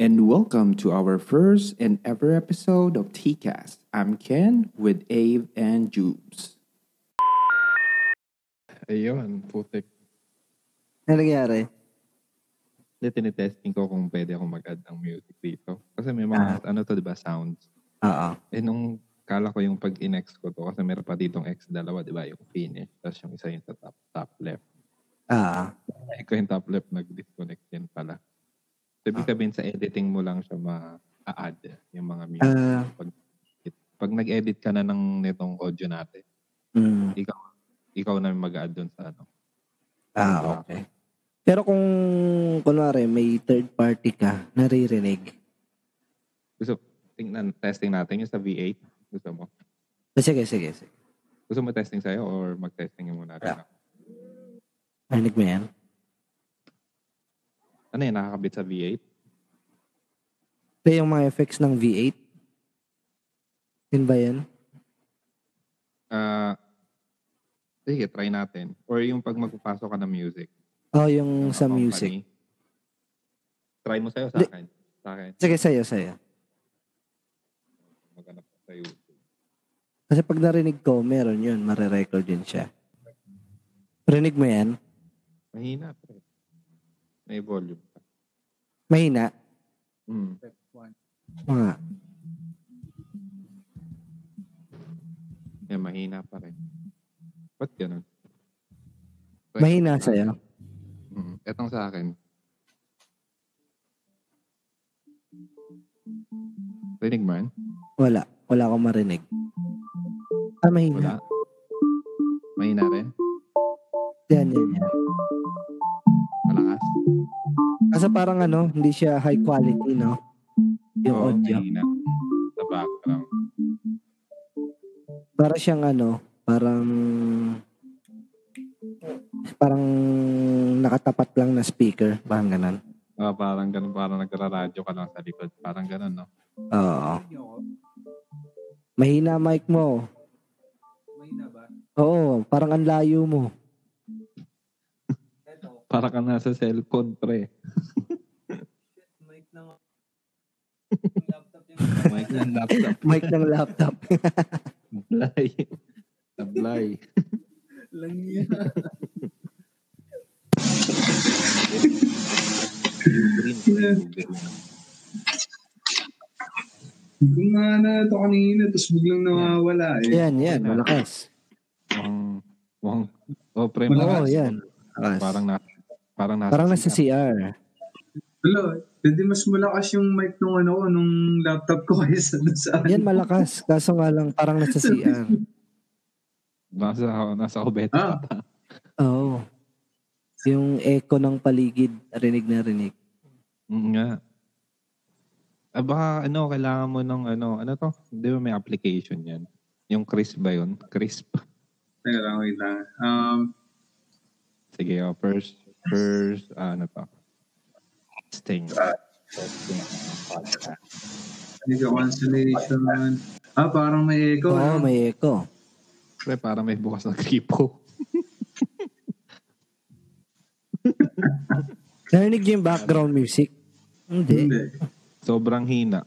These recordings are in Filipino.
and welcome to our first and ever episode of TCast. I'm Ken with Ave and Jubes. Ayun, putik. Ano nangyari? Hindi, tinitesting ko kung pwede akong mag-add ng music dito. Kasi may mga, Ah. ano to, di ba, sounds. Oo. Eh, nung kala ko yung pag in-X ko to, kasi meron pa ditong X dalawa, di ba, yung finish, tapos yung isa yung sa top, top left. Ah, Eh, ko yung top left, nag-disconnect din pala. So, ibig sabihin sa editing mo lang siya ma-add yung mga music. Ah. pag, pag nag-edit ka na ng nitong audio natin, mm, ikaw, ikaw na mag-add dun sa ano. ah, okay. Pero kung, kunwari, may third party ka, naririnig. Gusto, tingnan, testing natin yung sa V8. Gusto mo? Ah, Sige, sige, sige. Gusto mo testing sa'yo or mag-testing muna rin Yeah. ako? Narinig mo yan? Ano yun, nakakabit sa V8? Ito yung mga effects ng V8. Yun ba yan? Ah, sige, try natin. Or yung pag magpapasok ka ng music. Oh, ng yung sa company. music. Try mo sa'yo, sa Di- akin. Sa akin, Sige, sa'yo, sa'yo. maghanap ko sa YouTube. Kasi pag narinig ko, meron yun. Marirecord din siya. Rinig mo yan? Mahina pa eh. May volume pa. Mahina? Hmm. Mga. Yan, Eh, mahina pa rin. Ba't ganun? Try Mahina mo sa akin. sa'yo? Mm. Etong sa akin. Rinig mo yan? Wala. Wala akong marinig. Ah, mahina. Wala. Mahina rin? Yan, yan, yan. Malakas? Kasi parang ano, hindi siya high quality, no? Yung Oo, audio. mahina. Hmm. Sa background. Para siyang ano, parang parang nakatapat lang na speaker. Parang ganun. Ah, parang ganun, parang nagra-radio ka lang sa likod. Parang ganun, no? Oo. Mahina mic mo. Mahina ba? Oo, parang ang layo mo. Eto, Para ka nasa cellphone, pre. mic ng laptop yung Mic ng laptop. Mic ng laptop. Tablay. Tablay. lang niya. Green. Green. Yung nga na ito kanina, tapos biglang nawawala eh. yan, yan. Malakas. Mukhang, mukhang, oh, pre, Oo, Malakas. yan. Malakas. Parang na, parang nasa, Parang nasa CR. Wala, hindi mas malakas yung mic nung ano ko, nung laptop ko kaysa doon sa ano. Yan malakas. Kaso nga lang parang nasa CR. nasa, nasa Ah. kubeta. Oo. Yung echo ng paligid, rinig na rinig. Mm, nga. Ah, baka, ano, kailangan mo ng, ano, ano to? Di ba may application yan? Yung crisp ba yun? Crisp. Teka lang, wait lang. Um, Sige, oh, first, first, ah, ano pa? Testing. Testing. Podcast. hindi ko cancellation. Ah, parang may echo. Oo, ah. may echo. Pre, parang may bukas na gripo. Narinig niyo yung background music? Hindi. Hindi. Sobrang hina.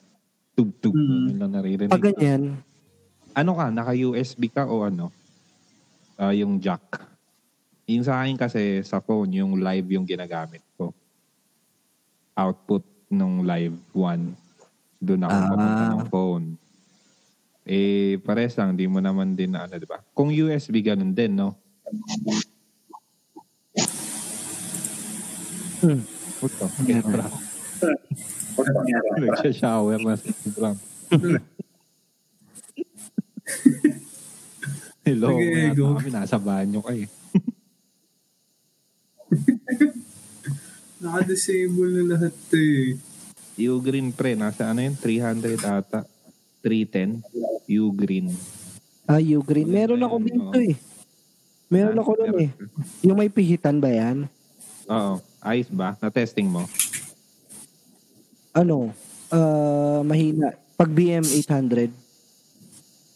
Tug-tug. Mm. Yun lang naririnig. Pag Ah, ganyan, ano ka, naka-USB ka o ano? Ah, yung jack. Yung sa akin kasi sa phone, yung live yung ginagamit ko. Output nung live one. Doon ako Ah. papunta ng phone. Eh, pares lang, di mo naman din na ano, di ba? Kung USB, ganun din, no? Hmm. Puto, kaya bra. Nagsha-shower na si Bram. Hello, okay, Nag-e-ego. kami nasa banyo ka eh. Naka-disable na lahat eh. U-Green pre, nasa ano yun? 300 ata. 310. U-Green. ah, you green. Meron Maganda ako yun, dito oo. eh. Meron ako nun eh. Yung may pihitan ba yan? Oo. Ayos ba? Na-testing mo? Ano? Ah, mahina. Pag BM800.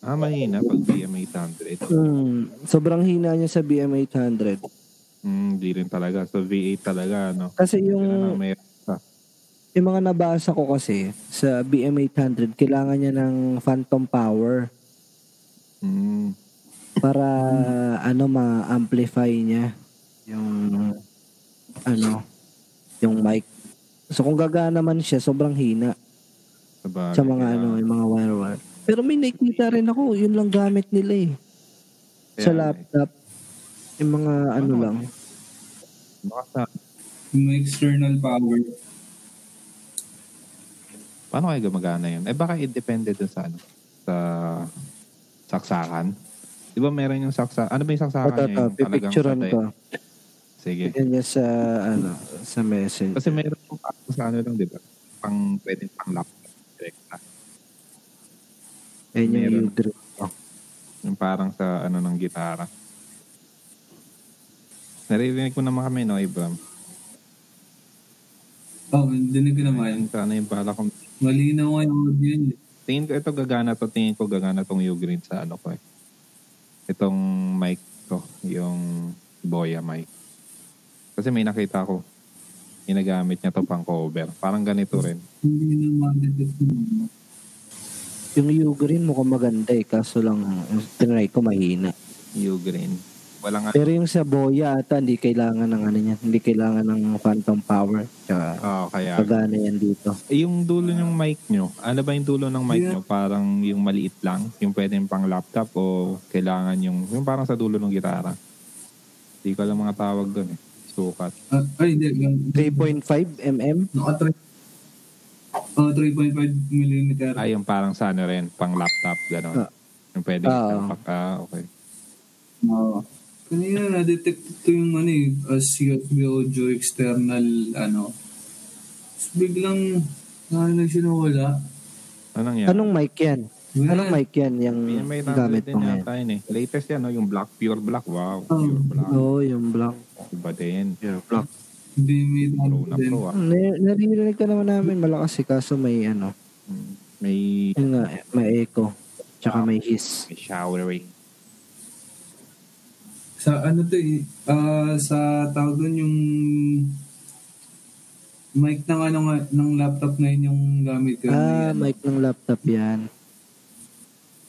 Ah, mahina pag BM800. Hmm. Sobrang hina niya sa BM800. Hmm, di rin talaga. So, V8 talaga, ano? Kasi Yun ang yung, may... yung mga nabasa ko kasi sa BM800, kailangan niya ng phantom power Mm. para ano ma-amplify niya yung ano yung mic. So kung gagana man siya, sobrang hina Sabagay, sa mga kailangan- ano, yung mga wire wire. Pero may nakikita rin ako, yun lang gamit nila eh. Sa Kaya- laptop. Yung mga ano lang. Baka sa- Yung external power. Paano kaya gumagana yun? Eh baka independent dun sa ano? Sa saksakan. Di ba meron yung saksa? Ano ba yung saksakan Ito, niya? ito, Yung talagang ano, eh. pipicturean patay? ko. Sige. Yan niya sa, ano, sa message. Kasi meron yung parang sa ano lang, di ba? Pang, pwedeng pang laptop. Direct na. Yan yung meron. U-drip ko. Yung parang sa ano ng gitara. Naririnig mo naman kami, no, Ah, Ibram? Oh, dinig ko Ayun, naman. Ano yung bala kong Malinaw nga yung audio niya. eh. Tingin ko ito gagana to. Tingin ko gagana tong Ugreen sa ano ko eh. Itong mic ko. Yung Boya mic. Kasi may nakita ko. Ginagamit niya to pang cover. Parang ganito rin. Hindi na ma-detect mo. Yung U-green mukhang maganda eh. Kaso lang, yung tinry ko mahina. Ugreen. Walang ano. Pero yung sa Boya ata, hindi kailangan ng ano niya. Hindi kailangan ng phantom power. Kaya, Oo, Ah, kaya. pagana yan dito. Eh, Yung dulo ng mic nyo. Ano ba yung dulo ng mic nyo? Parang yung maliit lang? Yung pwedeng pang laptop o kailangan yung... Yung parang sa dulo ng gitara. Hindi ko alam mga tawag doon eh. Sukat. Ah, ay, hindi. Yung- 3.5 mm? Naka-3. Oh, 3.5 millimeter. Ah, yung parang sa ano rin, pang laptop, gano'n. Ah. Yung pwede Ah. itampak. Ah, okay. Oo. Kanina na-detect ito yung ano eh, as USB audio external ano. Tapos biglang narinig siya na wala. Anong yan? Anong mic yan? Wala. Anong mic yan yung BMI gamit din mo Ah. ngayon? yata yun eh. Latest yan, no? yung black, pure black. Wow, Oh. pure black. Oo, yung black. Iba din. Yung black. Hindi may Pro na din. pro ah. Nar- naririnig ka naman namin malakas eh, kaso may ano, Mm. May, yun nga, eh, may echo, tsaka may hiss. may showering. Sa ano to eh, ah, sa tawag doon yung mic ng ano nga, ng laptop na yun yung gamit ko. Ah, Ano yan? mic ng laptop yan.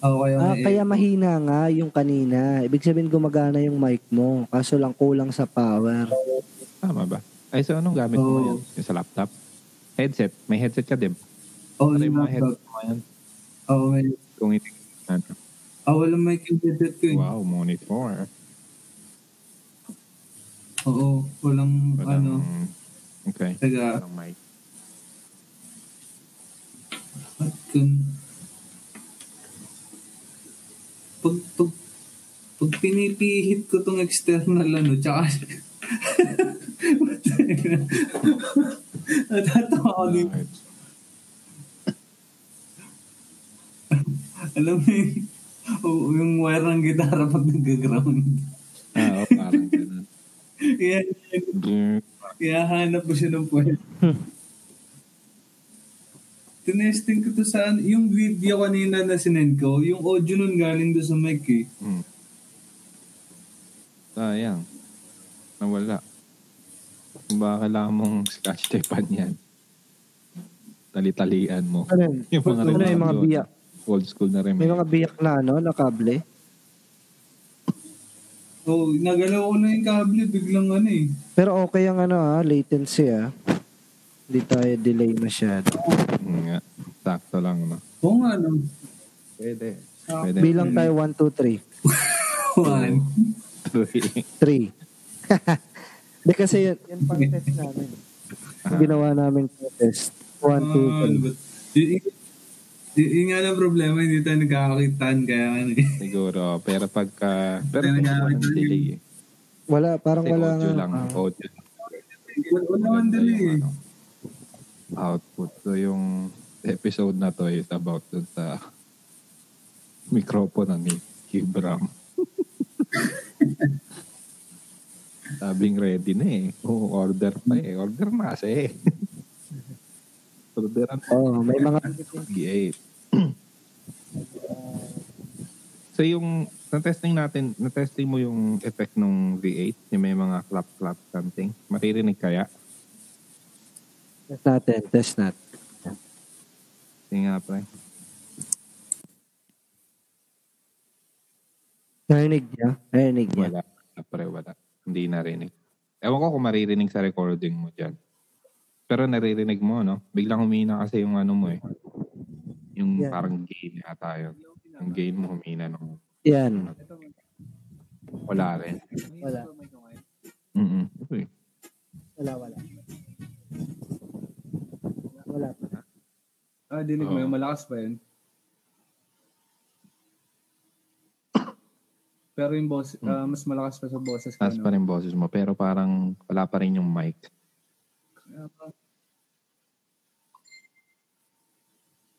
Oo, kaya, Ah, may kaya echo. mahina nga yung kanina. Ibig sabihin gumagana yung mic mo, kaso lang kulang sa power. Tama ba? Ay, so anong gamit Oo. Oh. mo yan? Yung sa laptop? Headset. May headset ka din. Oo, Ano yung yung mga laptop. headset mo yan? Oo, may... Kung hindi ano. Ah, walang mic yung detect ko eh. Wow, monitor. Oo, walang, Walang, ano. Okay. Taga, Walang mic. Ano? At dun, pag, pag, pag pinipihit ko tong external ano, tsaka, natatawa ko dito. Alright. Alam mo yun, oo, yung wire ng gitara pag nag-ground. Ah, oh, parang ganun. Kaya, Brr. kaya hanap ko siya ng pwede. Tinesting ko to sa, yung video kanina na sinend ko, yung audio nun galing do sa mic eh. Hmm. Sayang. Nawala. Baka kailangan mong scotch tapean yan. Talitalian mo. Ano yun? Yung mga Ano yung mga remote yun. biyak? Old school na rin. May mga biyak na ano, na kable? Oo, oh, nagalaw ko na yung kable, biglang ano eh. Pero okay ang ano ha, latency ha. Hindi tayo delay masyado. Hmm, nga. Sakto lang. No? Oo nga, no. Pwede. Ah. Pwede. Bilang tayo 1, 2, 3. One. Three. 3. Hindi kasi yun, yun pang test namin. Ah. Ginawa namin pang test. 1, 2, 3. Yun yun nga lang problema, hindi tayo nagkakakitaan kaya ano eh. Siguro. Pero pagka... Pero Pero kung nga- walang delay eh. Wala, parang Kasi wala audio nga. lang. Audio lang. Wala wala man Maganda dali eh. yung ano, output. So yung episode na to is about dun sa mikropono ni Kibram. Sabing ready na eh. Oo, order pa eh. Order na kasi eh. Order eh. ang Oo, may mga G8. so yung na-testing natin, na-testing mo yung effect ng V8, yung may mga clap-clap something, maririnig kaya? Test natin, test natin. Sige nga, pre. Narinig niya? Narinig niya. Wala. Wala, Pre, wala. Hindi narinig. Ewan ko kung maririnig sa recording mo dyan. Pero naririnig mo, no? Biglang humina kasi yung ano mo eh. Yung Yeah. parang gain ata yun. Yung gain mo humina. No? Yan. Wala rin. Wala. Mm-mm. Okay. Wala, wala. Wala. Ah, dinig Oo. mo yun. Malakas pa yun. Pero yung boss, ah, mas malakas pa sa boses ko. Taas pa rin boses mo. Pero parang wala pa rin yung mic.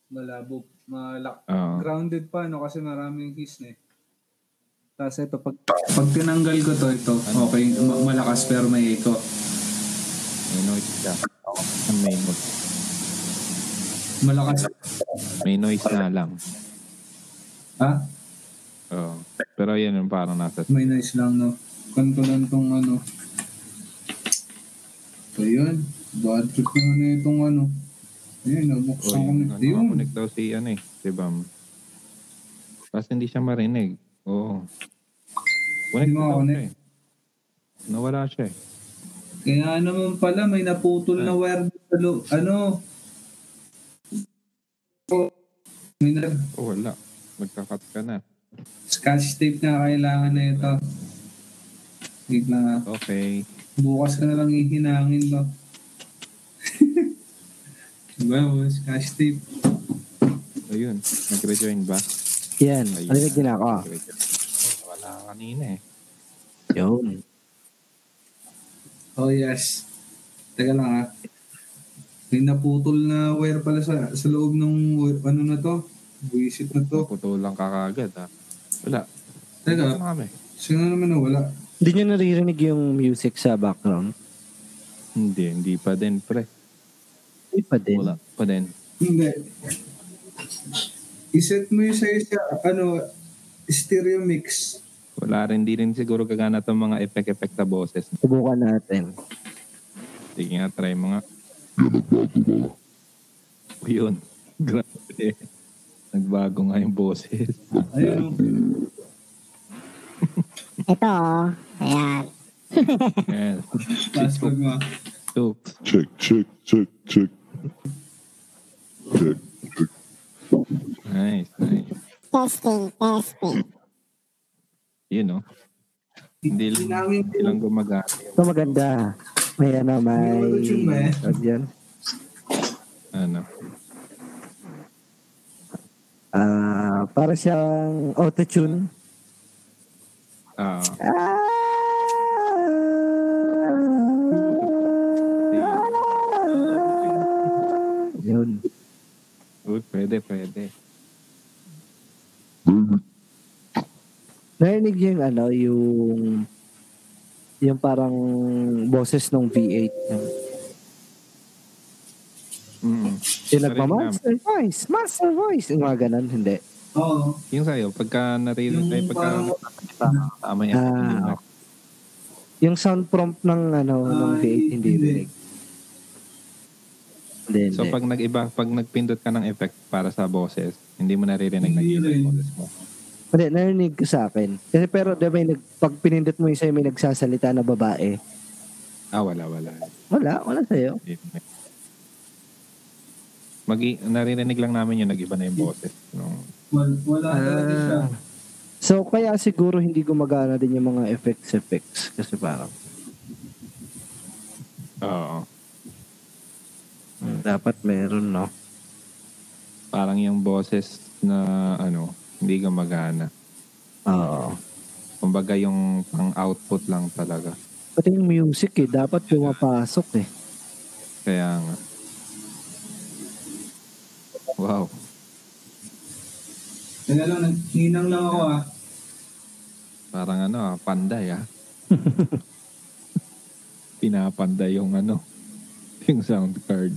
Malabo. Malak. Oo. Grounded pa, no? Kasi maraming keys na eh. Tapos ito, pag, pag tinanggal ko to, ito, okay, ma- malakas pero may echo. may noise siya. Ang May noise. Malakas. May noise na lang. Ha? Oo. Pero yan yung parang nasa... May noise lang, no? Kanto lang tong ano. So yun, bad trip naman na itong ano. Ayun, Oo, nabuksan ko yung na. Ayun. nakakonek ano, daw si ano eh. Si Bam. Tapos hindi siya marinig. Oo. Hindi Connect daw siya makakonek. eh. Nawala siya eh. Kaya naman pala, may naputol na wire sa lo- Ano? Oh, may na Oh, wala. Magkakat ka na. scotch tape na kailangan na ito. Wait lang ah. Okay. Bukas ka na lang ihinangin ba? diba, oh, scotch tape. Ayun. Nag-rejoin ba? Yan. Ayun. Narinig din ako. ah. Nag-rejoin. Wala kanina eh. Yun. Oh yes. Teka lang ah. May naputol na wire pala sa, sa loob ng wi- ano na to. Buisit na to. Putulang ka kagad ha. Wala. Teka, Wala kami. sino naman nawala? Hindi niya naririnig yung music sa background? Hindi. Hindi pa din pre. Hindi pa din. Wala pa din. Hindi. Iset mo yung sa'yo sa, ano, stereo mix. Wala rin. Hindi rin siguro gagana itong mga effect-effect na boses. Subukan natin. Sige nga, try mo nga. Yun. Grabe. Nagbago nga yung boses. Ayun. Ito, oh. Ayan. Yes. Password mo. Oops. Check, check, check, check. Check. Nice, nice. Testing, testing. Yun, no? Hindi lang, Hinangin hindi lang gumagana. yung Ito maganda. May ano, may... Yung tune ba eh? Ano yan? Ano? Ah, para siyang auto-tune. Ah, Yun. uy, pwede, pwede. Narinig niyo yung ano, yung yung parang boses ng V8. Mm. Yung nagpa-master voice, master voice. Yung mga ganun, hindi. Oo. Yung sa'yo, pagka naririnig, Yung ay pagka parang- tama yan. Ah, Yung sound prompt ng ano, ng Ay, V8, hindi hindi. rinig. Hindi, So hindi. pag nag-iba, pag nagpindot ka ng effect para sa boses, hindi mo naririnig na Hindi yun rin. yung boses mo. Hindi, narinig ko sa akin. Kasi pero di ba yung nag, pag pinindot mo yung sa'yo may nagsasalita na babae, Ah, wala, wala. wala, wala sa'yo. Mag naririnig lang namin yun, nag-iba na yung boses. No. Wal, wala talaga siya. Ah. So, kaya siguro hindi gumagana din yung mga effects-effects. Kasi parang, Oo. Hmm. dapat meron, no? Parang yung boses na ano, hindi gumagana. Oo. Kumbaga yung pang-output lang talaga. Pati yung music, eh. Dapat pumapasok, eh. Kaya nga. Wow. Teka lang, naghinang lang ako ah. Parang ano, ah, panday ah. Pinapanday yung ano, yung sound card.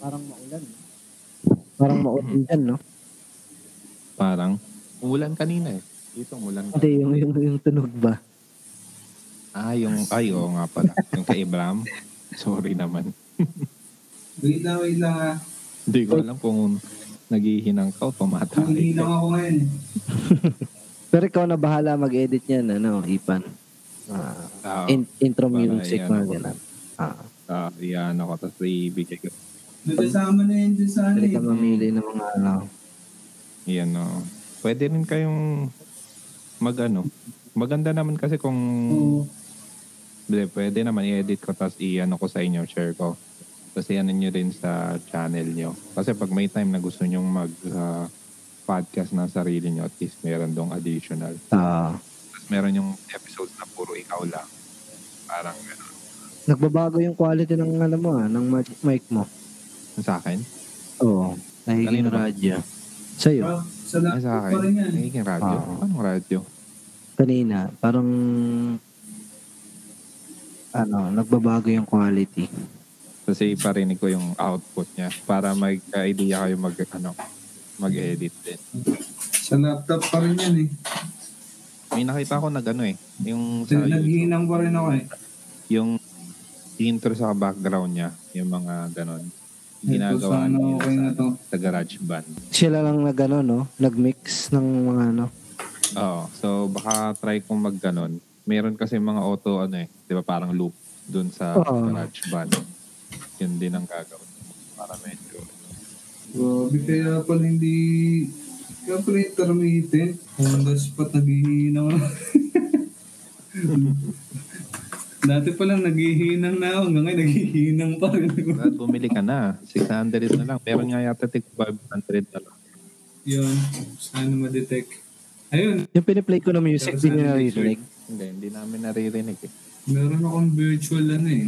Parang maulan, eh. Parang maulan dyan, no? Parang, umulan kanina eh. Dito umulan kanina. Hindi, yung, yung, yung tunog ba? Ah, yung, ay, oo nga pala. Yung kay Ibram. Sorry naman. Wait lang, wait lang ah. ha. Hindi ko alam kung naghihinang ka o tumatay. Nangihinang ako ngayon. eh. Pero ikaw na bahala mag-edit niyan, ano, Ipan. Ah, Ah, in- intro Para music, yan, mga ano. ganun. Ah, ah, iyan ako. Tapos ibigay ko. Nakasama na yun dun sa ano pwede eh. ka mamili ng mga, ano, Yan o. Pwede rin kayong mag ano. Maganda naman kasi kung Oo. Hindi, pwede naman i-edit ko tapos i-ano ko sa inyo, share ko. Tapos i-ano nyo rin sa channel nyo. Kasi pag may time na gusto nyo mag ah, podcast ng sarili nyo, at least meron dong additional. ah, Tapos meron yung episodes na puro ikaw lang. Parang gano'n. nagbabago yung quality ng, ano mo, ah, ng mic- mic mo. Sa akin? Oo. Nagiging Kanino ba? radyo. Sa'yo, Ah, Sa Ay, laptop sa pa rin akin? yan. eh. Nagiging radyo? Ah. Anong radyo? kanina, parang, ano, nagbabago yung quality. Tapos iparinig ko yung output niya para mag-idea kayo mag, ano, mag-edit din. Sa laptop pa rin yan eh. May nakita ko nag ano eh. Yung sa YouTube. Naghihinang pa rin ako eh. yung intro sa background niya, yung mga ganon. Ginagawa Ito, sana niya okay na to. sa, sa garage band. Sila lang nag, ano, no, nag-mix ng mga, ano, Oo. So, baka try kong mag ganon. Meron kasi mga auto, ano eh, di ba parang loop dun sa Oo. garage band. Yun din ang gagawin. Para medyo. Grabe, kaya pala hindi... Kaya pala yung termite. Honda spot, naghihinang ako. Dati pa lang naghihinang na ako. Hanggang ngayon, naghihinang pa rin. At bumili ka na. 600 na lang. Meron nga yata tig 500 na lang. Yun. Sana ma-detect. Ayun. yung piniplay ko na music, hindi nila narinig. Hindi, hindi namin naririnig eh. Meron akong virtual ano eh.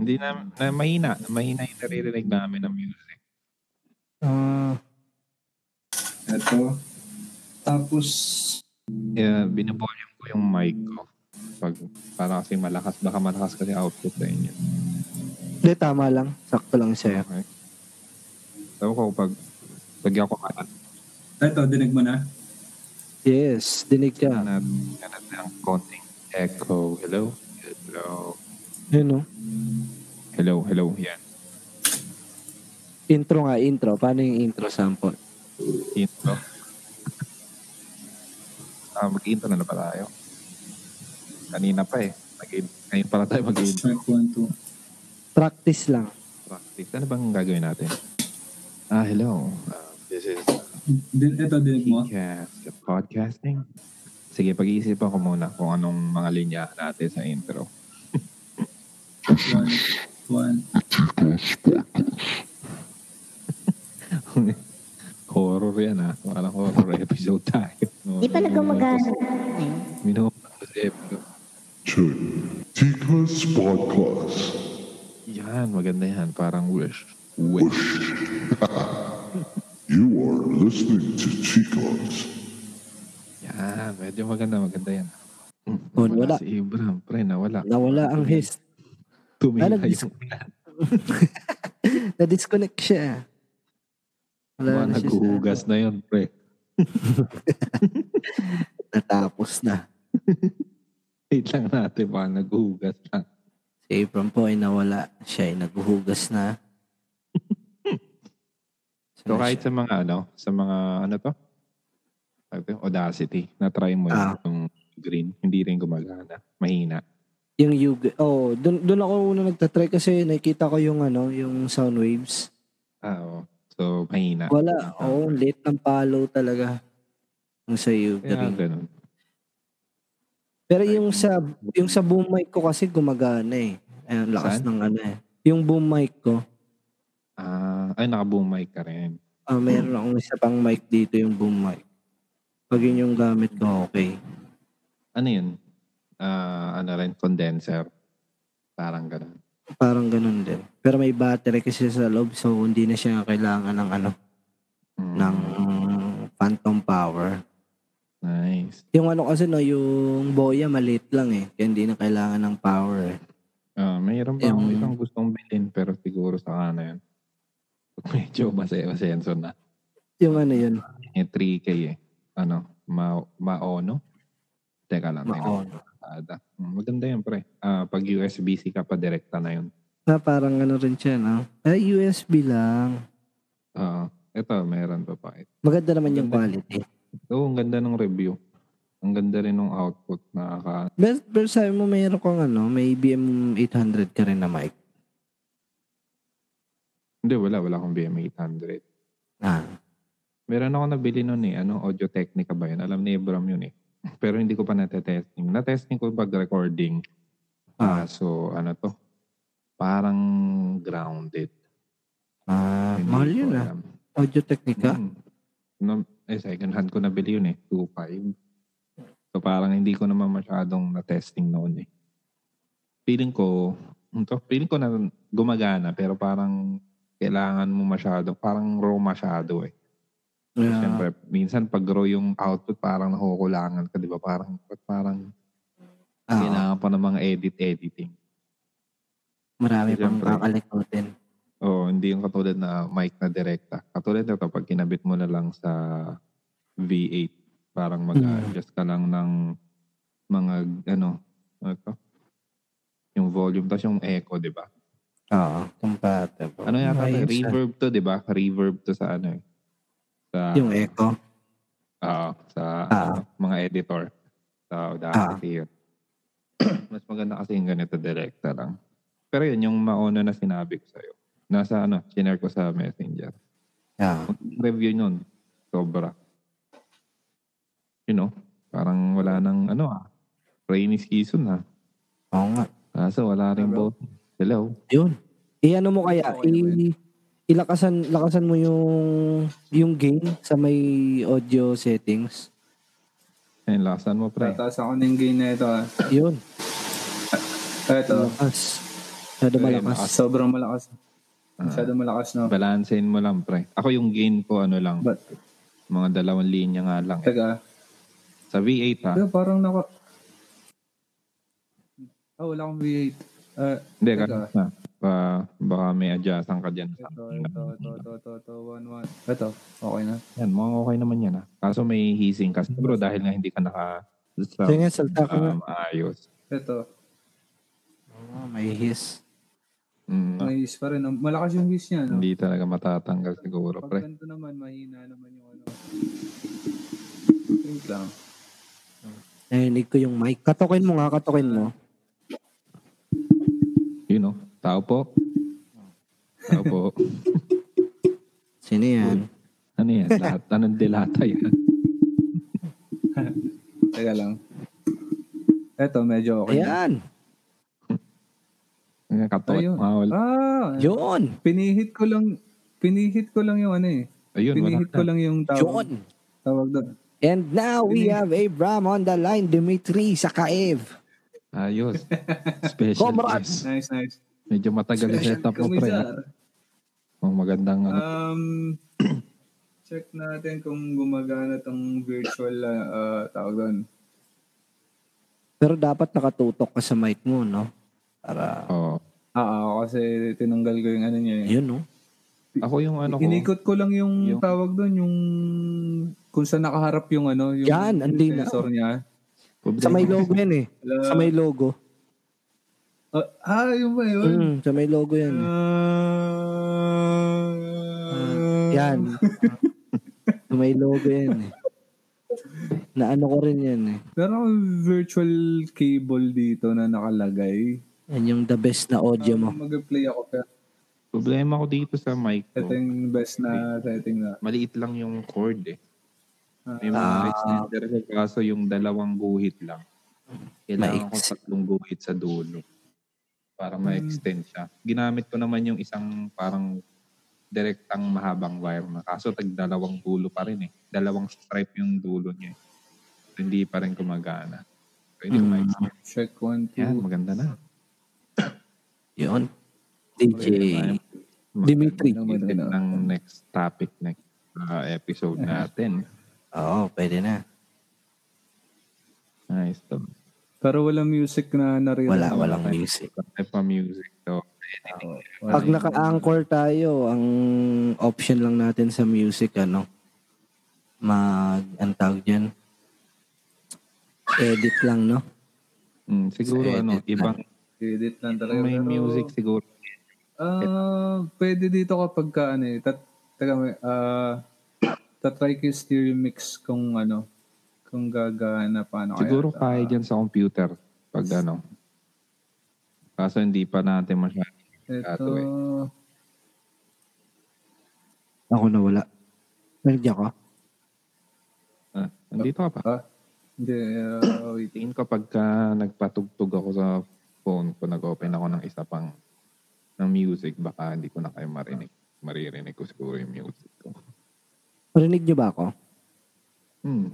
Hindi na, na mahina. Mahina yung naririnig namin ng music. Ah, Ito. Tapos... Yeah, binavolume ko yung mic ko. Pag, para kasi malakas. Baka malakas kasi output sa inyo. Hindi, tama lang. Sakto lang sa'yo. Okay. Tama ko pag lagyan ko kanat. Ito, dinig mo na? Yes, dinig ka. Kanat, kanat ng konting echo. Hello? Hello? Yun, no? Hello, hello. Yan. Intro nga, intro. Paano yung intro sample? Intro. Ah, mag-intro na na ba tayo? Kanina pa eh. Nag- Kanina pa lang tayo mag-intro. Track 1, 2. Practice lang. Practice. Ano bang gagawin natin? Ah, hello. Ah, this is Din, ito, dinig mo? Podcast. Podcasting? Sige, pag-iisipan ko muna kung anong mga linya natin sa intro. 1, 1. horror yan ha. Parang horror episode tayo. Di pala gumagana. Ayun. Minuhok na ako sa episode. check. Tikas Podcast. Yan, maganda yan. Parang wish. Wish. Whoosh. you are listening to Chicas. Yan, medyo maganda, maganda yan. Hmm, Oh, nawala. Si Ibram, pre, nawala. Nawala ang his. Ah, Tumila nag-dis- yung plan. Na-disconnect siya. Mga Wala na siya sa- naghuhugas na yun, pre. Natapos na. Wait lang natin, mga naghuhugas lang. Si Abram po ay nawala. Siya ay naghuhugas na. So kahit sa mga ano, sa mga ano to? Tawag to, Audacity. Na-try mo Ah. yung green. Hindi rin gumagana. Mahina. Yung Yuga. Oh, dun, dun ako una nagtatry kasi nakita ko yung ano, yung sound waves. Ah, oo. So, mahina. Ah. Wala. Oo, oh, late ng palo talaga. Yung sa Yuga Kaya rin. ganun. Pero yung sa yung sa boom mic ko kasi gumagana eh. Ayan, lakas Saan? ng ano eh. Yung boom mic ko, Ah, ay, naka-boom mic ka rin. ah meron akong isa pang mic dito yung boom mic. Pag yun yung gamit ko, okay. Ano yun? Ah, ano rin, condenser. Parang ganun. Parang ganun din. Pero may battery kasi sa loob so hindi na siya kailangan ng ano, Mm, ng phantom power. Nice. Yung ano kasi no, yung boya maliit lang eh. Kaya hindi na kailangan ng power eh. Ah, mayroon pa Yung- akong isang gustong bilhin pero siguro sa ano yun. Medyo masenso na. Yung ano yun, Eh, 3K eh. Ano? Ma maono? Teka lang. tingnan ko. maon. barkada. Mm, Maganda yun, pre. Ah, pag USB-C ka pa, direkta na yun. Na parang ano rin siya, no? Eh, USB lang. Ah, ito, meron pa pa. Maganda naman yung Maganda. quality. Oo, ang ganda ng review. Ang ganda rin ng output. Nakaka... Pero, pero sabi mo, mayroon kang ano, may BM 800 ka rin na mic. Hindi, wala. Wala akong BM800. Ah, Meron ako nabili noon eh. Ano, Audio Technica ba yun? Alam ni Abram yun eh. Pero hindi ko pa natetesting. Natesting ko pag recording. Ah, so ano to? Parang grounded. ah Hindi mahal ko yun ah. alam. Audio Technica. Mm. No, eh, second hand ko nabili yun eh. 2.5. So parang hindi ko naman masyadong na-testing noon eh. Feeling ko, ito, feeling ko na gumagana pero parang kailangan mo masyado, parang raw masyado eh. Yeah. Siyempre, minsan pag raw yung output parang nakukulangan ka, di ba? Parang, parang Ah, kailangan pa ng mga edit-editing. marami pang Siyempre. kakalikutin. Oo, hindi yung katulad na mic na direkta. Katulad na to, pag kinabit mo na lang sa V8, parang mag-adjust ka lang ng mga, ano, ano to? Yung volume, tapos yung echo, di ba? Oo, compatible. Ano yata? to? Ayos, Reverb to, di ba? Reverb to sa ano eh. Sa, ah. Yung echo. oo, sa Ah. ano, mga editor. Sa Audacity yun. Mas maganda kasi yung ganito, direkta lang. Pero yun, yung mauna na sinabi ko sa'yo. Nasa ano, sinare ko sa messenger. Yeah. review nun, sobra. You know, parang wala nang ano ah, rainy season ah. Oo nga. Kaso wala rin Hello? both. Hello? Yun. I-ano mo kaya? Okay, I- ilakasan lakasan mo yung yung gain sa may audio settings. Ayun, lakasan mo pre. Tataas ako ng gain na ito. ah. Yun. Ito. Malakas. Masyado Ayun, malakas. Sobrang malakas. Masyado malakas, no? Balansein mo lang pre. Ako yung gain ko ano lang, But, mga dalawang linya nga lang. eh. taga, Sa ah, V8 ha. Pero parang naka... Oh, wala akong V8. Ah, Hindi, teka. kasi na. Ba, baka may adjustan ka dyan. ito, ito, ito, ito, ito, ito, one, one. Ito, okay na. Yan, mga okay naman yan ah. Kaso may hising kasi bro dahil nga hindi ka naka Kaya nga, salta ka nga. ah, maayos. Ito, Oo, Ah, may hiss. Mm, may hiss pa rin. Ang Malakas yung hiss niya, no? hindi talaga matatanggal siguro pre. Pag ganito naman, mahina naman yung ano. Wait lang. Narinig ko yung mic. Katokin mo nga, katokin mo. You know, tao po. Tao po. Sino yan? Ano yan? Lahat, anong delata yan? Teka lang. Ito, medyo okay na. Ayan. Ang Katot. Ayun. Mahawal. Ah, Yun. pinihit ko lang, pinihit ko lang yung ano eh. Ayun, wala Pinihit na. ko lang yung tawag, Yun. tawag doon. And now we have Abram on the line, Dimitri, saka Ev. Ayos. Special Comrade! guest. Nice, nice. Medyo matagal yung setup mo, pre. Kumisar. Ang magandang ano. Um, check natin kung gumagana tong virtual ah, ah, tawag doon. Pero dapat nakatutok ka sa mic mo, no? Para, Oo. Ah, ah, kasi tinanggal ko yung ano niya. Eh. yun, no? Ako yung ano ko. Inikot ko lang yung, Yung- tawag doon, yung kung saan nakaharap yung ano, yung Yan, andi na. sensor niya. Sa may logo yan eh. Hello? Sa may logo. Ah, ah, yun ba yun? Mm, sa may logo yan. eh. Ah, Yan. sa may logo yan eh. Naano ko rin yan eh. Pero virtual cable dito na nakalagay. Yan yung the best na audio mo. Mag-play ako pero Problema ko dito sa mic ito ko. yung best na setting na. Maliit lang yung cord eh. May mga extender ko, kaso yung dalawang guhit lang. Kailangan ko Ma-ex- tatlong guhit sa dulo para ma-extend siya. Ginamit ko naman yung isang parang direktang mahabang wire na kaso tag dalawang dulo pa rin eh. Dalawang stripe yung dulo niya eh. Hindi pa rin gumagana. So, hindi ko ma-extend. Check one, two. Yan, maganda na. Yun. DJ. Maganda Dimitri. ano na. Isip ah? ng next topic, next uh, episode natin. Oo, pwede na. Nice. Um, Pero walang music na naririnig. Wala, walang music. Type of music. So, Pag naka-anchor tayo, ang option lang natin sa music, ano, mag, ang tawag dyan, edit lang, no? Mm, siguro Sa edit ano, lang. ibang Edit lang talaga. may Pero, music siguro. Ah, pwede dito kapag ka, ano eh. Tat, taga, ah, tatry ko yung stereo mix kung ano, kung gagana paano Siguro kaya. kaya dyan sa computer pag ano. Kaso hindi pa natin masyadong Ito, gato eh. Ako na wala. Nandiyan ka? Ah, nandito ka pa. hindi, ah, wait. Tingin ko pagka nagpatugtog ako sa phone ko, nag-open ako ng isa pang ng music, baka hindi ko na kayo marinig. Maririnig ko siguro yung music ko. Rinig niyo ba ako? Hmm.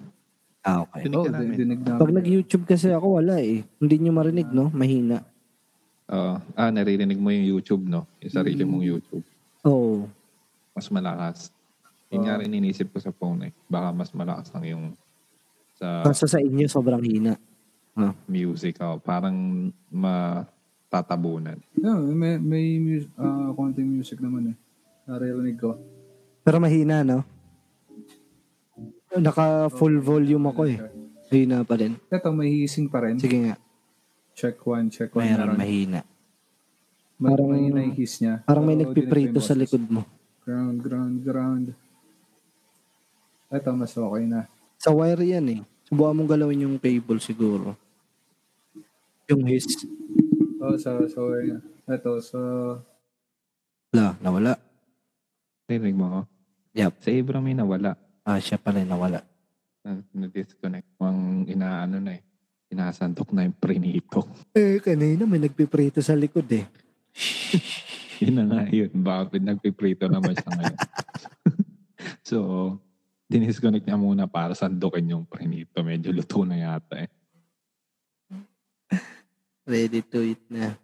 Ah, okay. Dinig Oh, ka di- namin. dinig namin. Pag nag-YouTube kasi ako, wala eh. Hindi niyo marinig, no? Mahina. Oo. ah, naririnig mo yung YouTube, no? Yung sarili mong YouTube. Oo. Mas malakas. Yun nga rin inisip ko sa phone eh. Baka mas malakas ang yung sa Kaso Ah. sa inyo, sobrang hina. Ah. music. Oh. Parang matatabunan. Yeah, may, may mu- ah, konting music naman eh. Naririnig ko. Pero mahina, no? Naka full volume ako eh. Mahina pa rin. Ito, mahihising pa rin. Sige nga. Check one, check one. Mayroon Meron. mahina. May, Parang- may nahihis niya. Parang may Oo, dinig ko nagpiprito yung sa boses. likod mo. Ground, ground, ground. Ito, mas okay na. Sa wire yan eh. Subukan mong galawin yung cable siguro. Yung hiss. Oh, so, so, ito, so, La, nawala. Narinig mo, oh. Yup. Sa Ibra may nawala. Ah, siya pala yung nawala. Na- Na-disconnect. Ang inaano na eh. Inasantok na yung prinito. Eh, kanina may nagpiprito sa likod eh. yun na nga yun. Bakit nagpiprito naman siya ngayon? so, dinisconnect niya muna para sandukin yung prinito. Medyo luto na yata eh. Ready to eat na.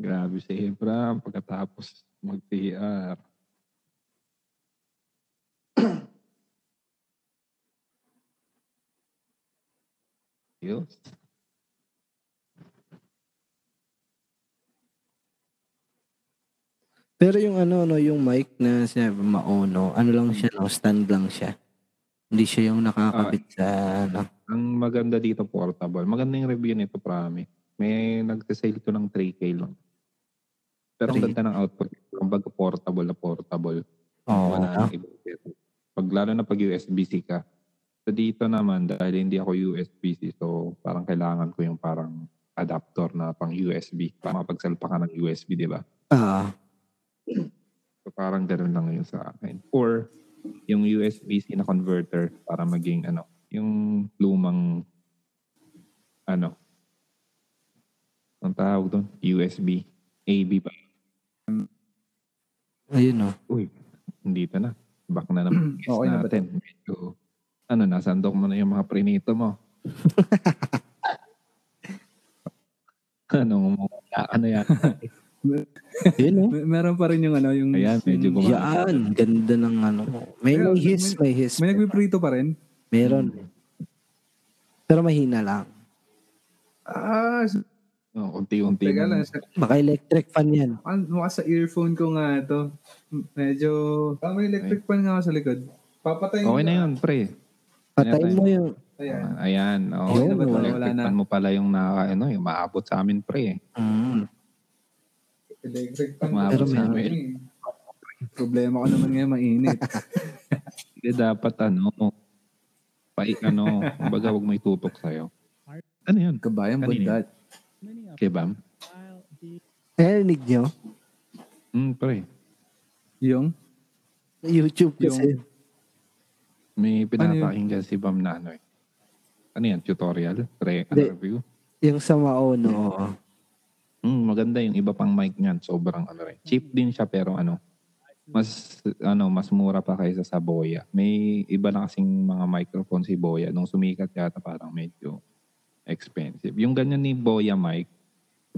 Grabe si Abraham pagkatapos mag-PR. Yun. Pero yung ano, no, yung mic na sinabi maono, ano lang siya, no, stand lang siya. Hindi siya yung nakakabit sa, ano, Ang maganda dito portable. Maganda yung review nito, promise. May nagsasale to ng 3K lang. Pero ang 3K. ganda ng output. Kumbaga portable na portable. oo, wala no? nang ibang pera. Pag lalo na pag USB-C ka. So dito naman, dahil hindi ako USB-C, so parang kailangan ko yung parang adapter na pang USB. Para mapagsalpa ka ng USB, di ba? Ah, So parang ganun lang yun sa akin. Or yung USB-C na converter para maging ano, yung lumang ano, ang tawag doon, USB, AB ba? ayun, no. Uy, dito na. Back na naman. Guess Okay na ba natin. Medyo, ano, nasandok mo na yung mga prinito mo. ano, ano yan? Ayun, no. may, meron pa rin yung ano, yung... Ayan, medyo yung- gumagana. Yan, ganda ng ano. May, may hiss, may hiss. May nagpiprito pa rin. Meron. Pero mahina lang. Ah, s- Oh, unti-unti. teka lang. lang. Sa, Maka electric fan yan. ah, mukha sa earphone ko nga ito. Medyo... Ah, may electric fan nga ako sa likod. Papatayin Okay ko. na yun, pre. Patayin mo yung, Ayan. Ayan. Oh, Ayun, wala, wala- wala na. mo pala yung naka, ano, yung maabot sa amin, pre. mm, Electric fan. Maabot Pero sa meron. amin. Problema ko naman ngayon, mainit. Hindi dapat, ano, pa, ano, kumbaga, huwag mo itutok sa'yo. Ano yun? Kabayan, Kanina. bundat. Kebam? narinig nyo? Hmm, pre. Yung? YouTube kasi. Ano May yun? pinapakinggan si Bam na ano eh. Ano yan? Tutorial? Re- ano, Hindi. review? Yung sa Maono, oo. Hmm, maganda yung iba pang mic niyan. Sobrang ano rin. Cheap din siya pero ano. Mas ano mas mura pa kaysa sa Boya. May iba na kasing mga microphone si Boya. Nung sumikat yata parang medyo expensive. Yung ganyan ni Boya mic,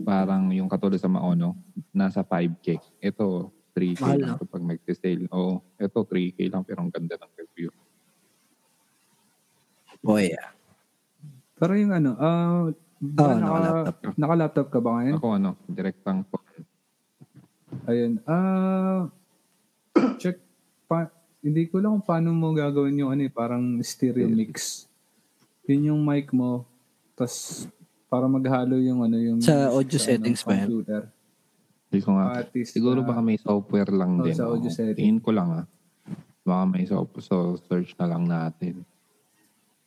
parang yung katulad sa Maono, nasa 5K. Ito, 3K Mahal, lang no? kapag mag-sale. Oo, ito 3K lang pero ang ganda ng review. Boya. Pero yung ano, ah... Oo, ba, naka-laptop. naka-laptop ka ba ngayon? Ako ano, direktang Ayun. Ah, check pa, hindi ko lang kung paano mo gagawin yung ano eh, parang stereo mix. Yun yung mic mo. Tapos, para maghalo yung ano yung... Sa audio ano, settings ba yan? Computer. Hindi ko nga. At least, Siguro ah, baka may software lang oh, din. sa oh. audio setting. Tingin ko lang ah. Baka may software. So, search na lang natin.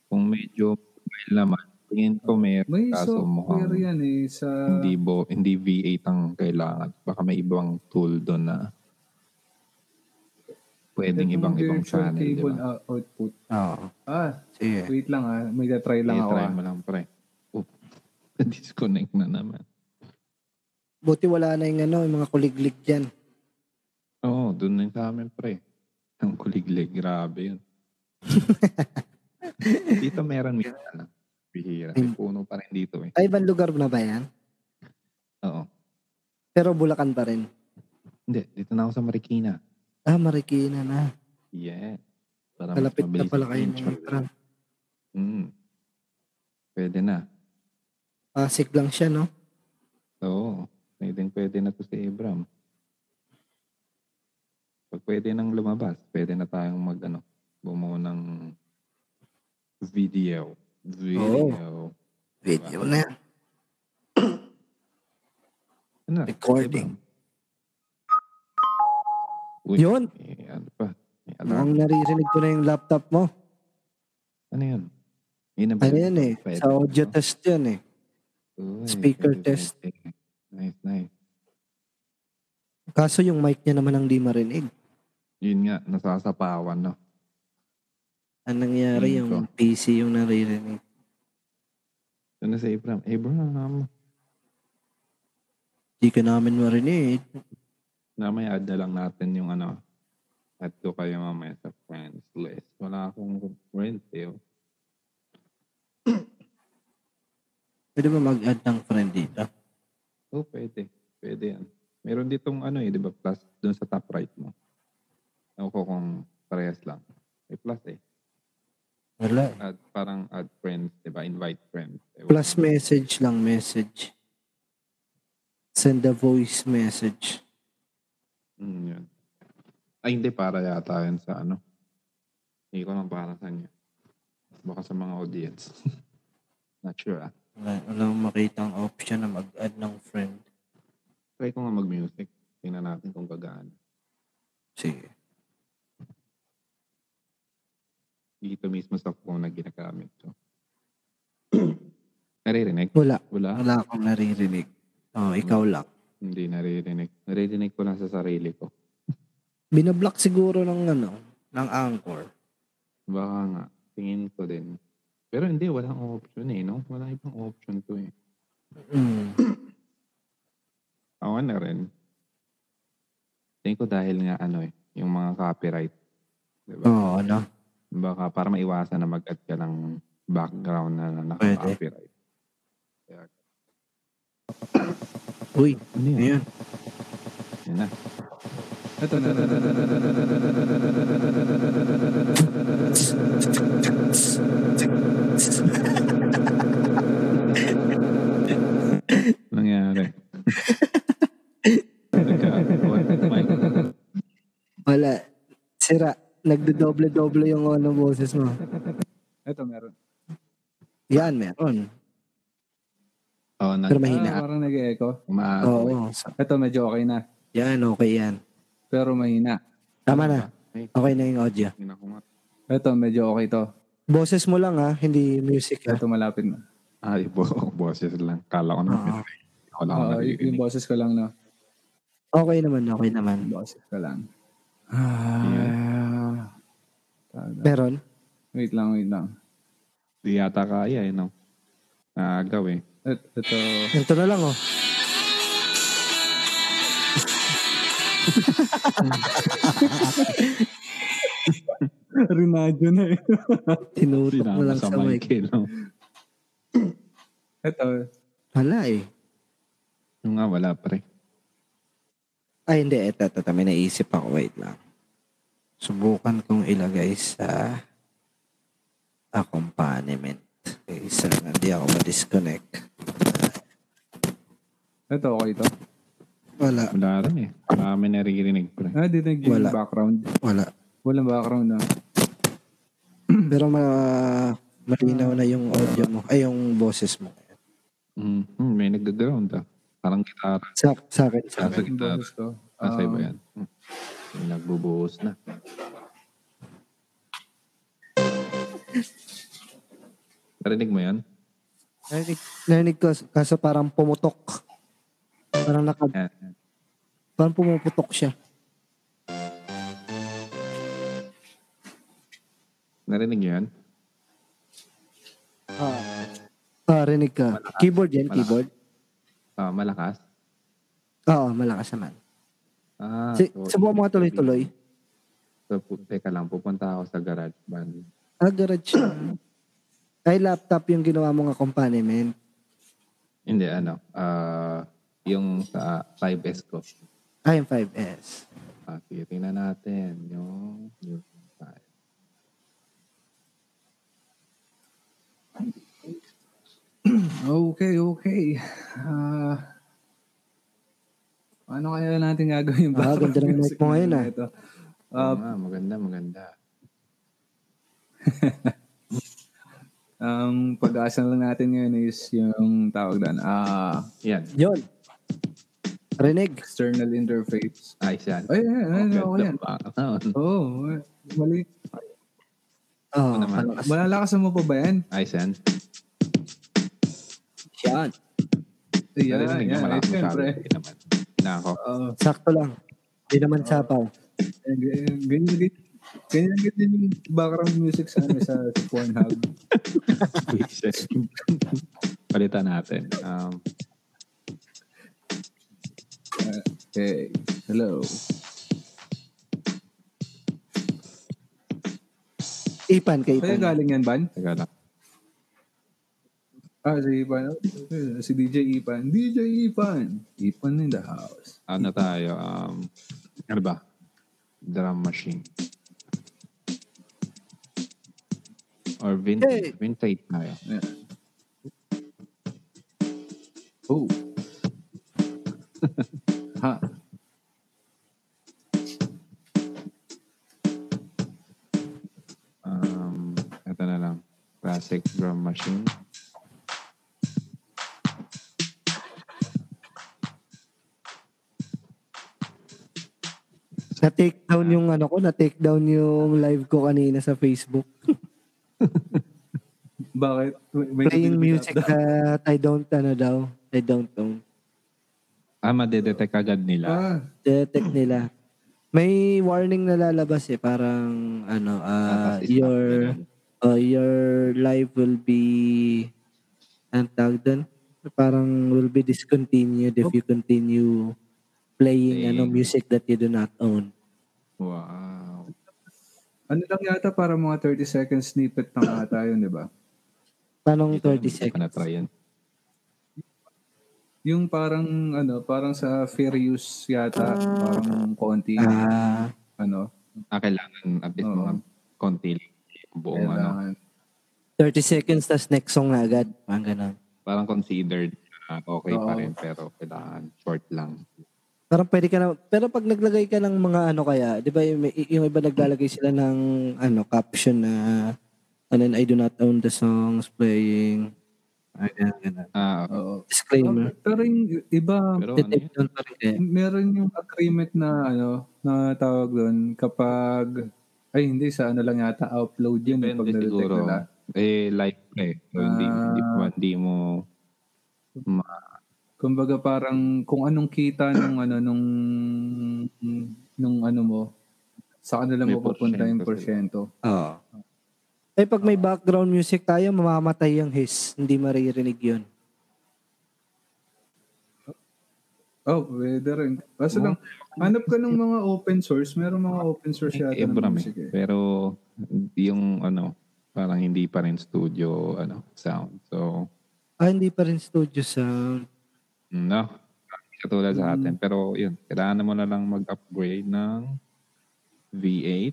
Kung medyo mobile naman, tingin ko may May kaso software mukhang yan eh. Sa... hindi, bo, hindi V8 ang kailangan. Baka may ibang tool doon na pwedeng Itong ibang-ibang virtual channel, di cable ba? ah, output. Oo. Ah, Sige. wait lang ah. May try lang Sige, ako try ah. mo lang, pre. Oop. Disconnect na naman. Buti wala na yung ano, yung mga kuliglig dyan. Oo, doon na yung sa amin, pre. Ang kuliglig, grabe yun. dito meron minsan lang. Bihira. May puno pa rin dito eh. Ay, ibang lugar na ba yan? Oo. Pero Bulacan pa rin. Hindi, dito na ako sa Marikina. Ah, Marikina na. Yeah. Para mas Malapit na Ah, mabilis pala ang kayo ng intro. Ultron. Mm. Pwede na. Pasig lang siya, no? Oo. Pwede, pwede na to si Abram. Pag pwede nang lumabas, pwede na tayong mag, ano, bumuo ng video. Video. Video Diba? na. Ano? Recording. Uy, Yun. eh, ano pa? May alarm. Ang naririnig ko na yung laptop mo. Ano yun? Yun ang Ano pwede- yan eh? pwede na Sa audio to. test yan eh. Uy, speaker pwede, test. pwede. Nice, nice. Kaso yung mic niya naman ang di marinig. Yun nga, nasasapawan, no? Ang nangyari Tingin yung PC yung naririnig. Ano si Abram? Abram, Di ka namin marinig. namaya add na lang natin yung ano, at ko kayo mamaya sa friends list. Wala akong friends, eh. Pwede ba mag-add ng friend dito? Oh, pwede. Pwede yan. Meron ditong ano eh, di ba? Plus, doon sa top right mo. Ewan ko kung parehas lang. May plus eh. Wala. eh. Add, parang add friends, di ba? Invite friends. Ewan Plus ko. message lang, message. Send a voice message. Mm, yun. Ay, hindi para yata yun sa ano. Hindi ko lang para sa niya. Baka sa mga audience. Not sure ah. Wala, wala akong makita ang option na mag-add ng friend. Try ko nga mag-music. Tingnan natin kung gagaan. Sige. Dito mismo sa phone na ginagamit ko. naririnig? Wala. Wala? Wala akong naririnig. Oh, ikaw lang. Hindi naririnig. Naririnig ko lang sa sarili ko. Binablock siguro ng ano, ng anchor. Baka nga. Tingin ko din. Pero hindi, walang option eh, no? Wala ibang option to eh. Mm. Ako na rin. Tingin ko dahil nga ano eh, yung mga copyright. Diba? Oo, ano? Baka para maiwasan na mag-add ka ng background na naka-copyright. Uy, Ano yun? Ayun. Yun na. Ito na, ito na, ito na, ito na, ito na. Nangyari. Nagka-avoid mic. wala. Sira. Nagdodoble-doble yung ano boses mo. Ito meron. Yan, meron. Oo, nag- Pero Ah, mahina. parang nag-echo. umaaway. Oo. Ito medyo okay Ah, na. Yan, okay yan. Pero mahina. Tama na. Okay na yung audio. Hindi na ko nga- Ito medyo okay to. Boses mo lang ha, hindi music ha. Ito malapit na. Ay, bo- Ah, boses lang. Kala ko na. Oo. Wala Ah, ko Oo, naririnig. yung boses ko lang no. Okay naman, okay naman. Yung boses ko lang. Yun. Ah. Meron? Wait lang, wait lang. Di yata kaya eh, no? Naagaw eh. Et- Ito. Ito na lang oh. Rinadyo na eh. Tinutok mo Sinama lang sa sa mic mic. eh, no? Ito. Wala eh. Yung nga, wala pre. Ay, hindi. Eto, eto. Tama, naisip ako. Wait lang. Subukan kong ilagay sa accompaniment. Okay, isa lang. Hindi ako ma-disconnect. Ito okay to. Wala. Wala rin eh. Wala kami naririnig pre. Ah, dinig yung Wala. background. Wala. Walang background na. Pero ma... malinaw na yung audio mo, ay yung boses mo. Mm, mm, may nag-ground ah. Parang gitara. Ah, Sa, sa akin, sa Nasa akin. Yung gitara. boses ko. Nasa iba Ah. Um, yan. Mm. May nagbubuhos na. Narinig mo yan? Narinig, narinig ko, kaso parang pumutok. Parang, naka, Yan. parang pumuputok siya. Narinig niyo yan? Ah, ah rinig ka. Keyboard yan, Malakas. keyboard. Ah, malakas? Oo, malakas naman. Ah, Si, sorry. subukan mo nga tuloy-tuloy. So, pu- teka lang, pupunta ako sa garage band. Ah, garage siya. Ay, laptop yung ginawa mong accompaniment. Hindi, ano, ah, yung sa 5S ko. Ay, yung 5S. Ah, sige, tingnan natin yung... yung Okay, okay. Ah. ano kaya natin gagawin? Ah, ganda ng mic mo ngayon, ah. Ito. Oo Ah, nga, maganda, maganda. Ang pag-asa lang natin ngayon is yung tawag doon, ah, Yan. Yun. Rinig. external interface. Ayos yan. Ay, ay, ay, Maganda ako yan. ba? Ah, Oo, oh, mali. Oo, Ano naman? malakas Malalakasan mo pa ba yan? Ayos yan. yan. Narinig Ayan, ayan, niyo, ayan, malakas masyado. syempre. Hindi naman. Na ako. Oo, Sakto lang. Hindi naman sapaw. eh, ganyan, ganyan, ganyan. Ganyan ganyan yung background music sa ano, sa sa Pornhub. Palitan natin. Um, Okay, hello. Ipan kay Kaya Ipan. galing yan, Ban? teka lang. Ah, si Ipan. Si DJ Ipan. DJ Ipan. Ipan in the house. Ano tayo? Um, ano ba? Drum machine. Or vintage. Vintage tayo. Ayan. Oh. ha. Um, ito na lang. Classic drum machine. Na-take down yung ano ko, na-take down yung live ko kanina sa Facebook. Bakit? May- may Playing nagbibigay music up daw. that I don't ano daw. I don't own. Ah, madedetect agad nila. Ah, Detect nila. May warning na lalabas eh. Parang ano, ah, Tapos i-stop your, na uh, your live will be ang tawag doon? Parang will be discontinued if you continue playing ano Playing. music that you do not own. Wow. ano lang yata para mga 30 seconds snippet na nga tayo, di ba? Tanong Ito, 30 hindi ko pa seconds. na-try yan. Yung parang ano, parang sa fair use yata, parang konti Ah, ano, Ah, kailangan at least Oo. mga konti lang yung buong ano. kailangan. 30 seconds tas next song na agad. Parang ganun. Parang considered ah, okay pa Oo. rin pero kailangan short lang. Parang pwede ka na, pero pag naglagay ka ng mga ano kaya, di ba yung, yung iba naglalagay sila ng ano, caption na, and then I do not own the songs playing, Ah, ganun, ganun. Ah, Oo. Disclaimer. Pero yung iba, pero ano Detect yun? down pa rin kaya. meron yung agreement na ano, na tawag doon kapag ay hindi sa ano lang yata upload yun eh, pag Depende na-detect siguro. nila. Ah. Eh, live na eh. So, hindi, hindi, mo, hindi mo ma- Kumbaga parang kung anong kita nung ano nung nung ano mo sa kanila May mo pupunta yung porsyento porsyento. Oo. Eh, pag may background music tayo, mamamatay yung hiss. Hindi maririnig yun. Oh, pwede rin. Kaso lang, hanap ka ng mga open source. Meron mga open source yata eh, ng bram eh. music eh. Pero yung ano, parang hindi pa rin studio ano sound. So, Ah, hindi pa rin studio sound. no. Katulad sa atin. Pero yun, kailangan mo na lang mag-upgrade ng V8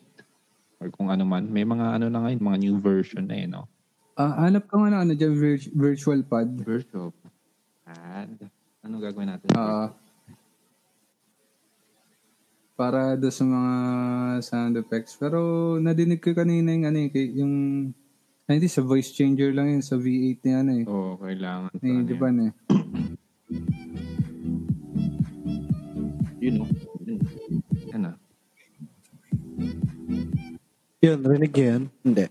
or kung ano man. May mga ano na ngayon, mga new version na eh, no? Ah, hanap ka nga ng ano dyan, vir- virtual pad. Virtual pad. Ano gagawin natin? Ah. para do sa mga sound effects. Pero nadinig ko kanina yung ano eh, kay- yung Ay, hindi, sa voice changer lang yun, sa V8 na ano eh. Oo, kailangan. Ay, Ano Oh, di yan? ba na eh. Yun o. Yun. Yan ah. Yun, rinig niyo yun? Hindi.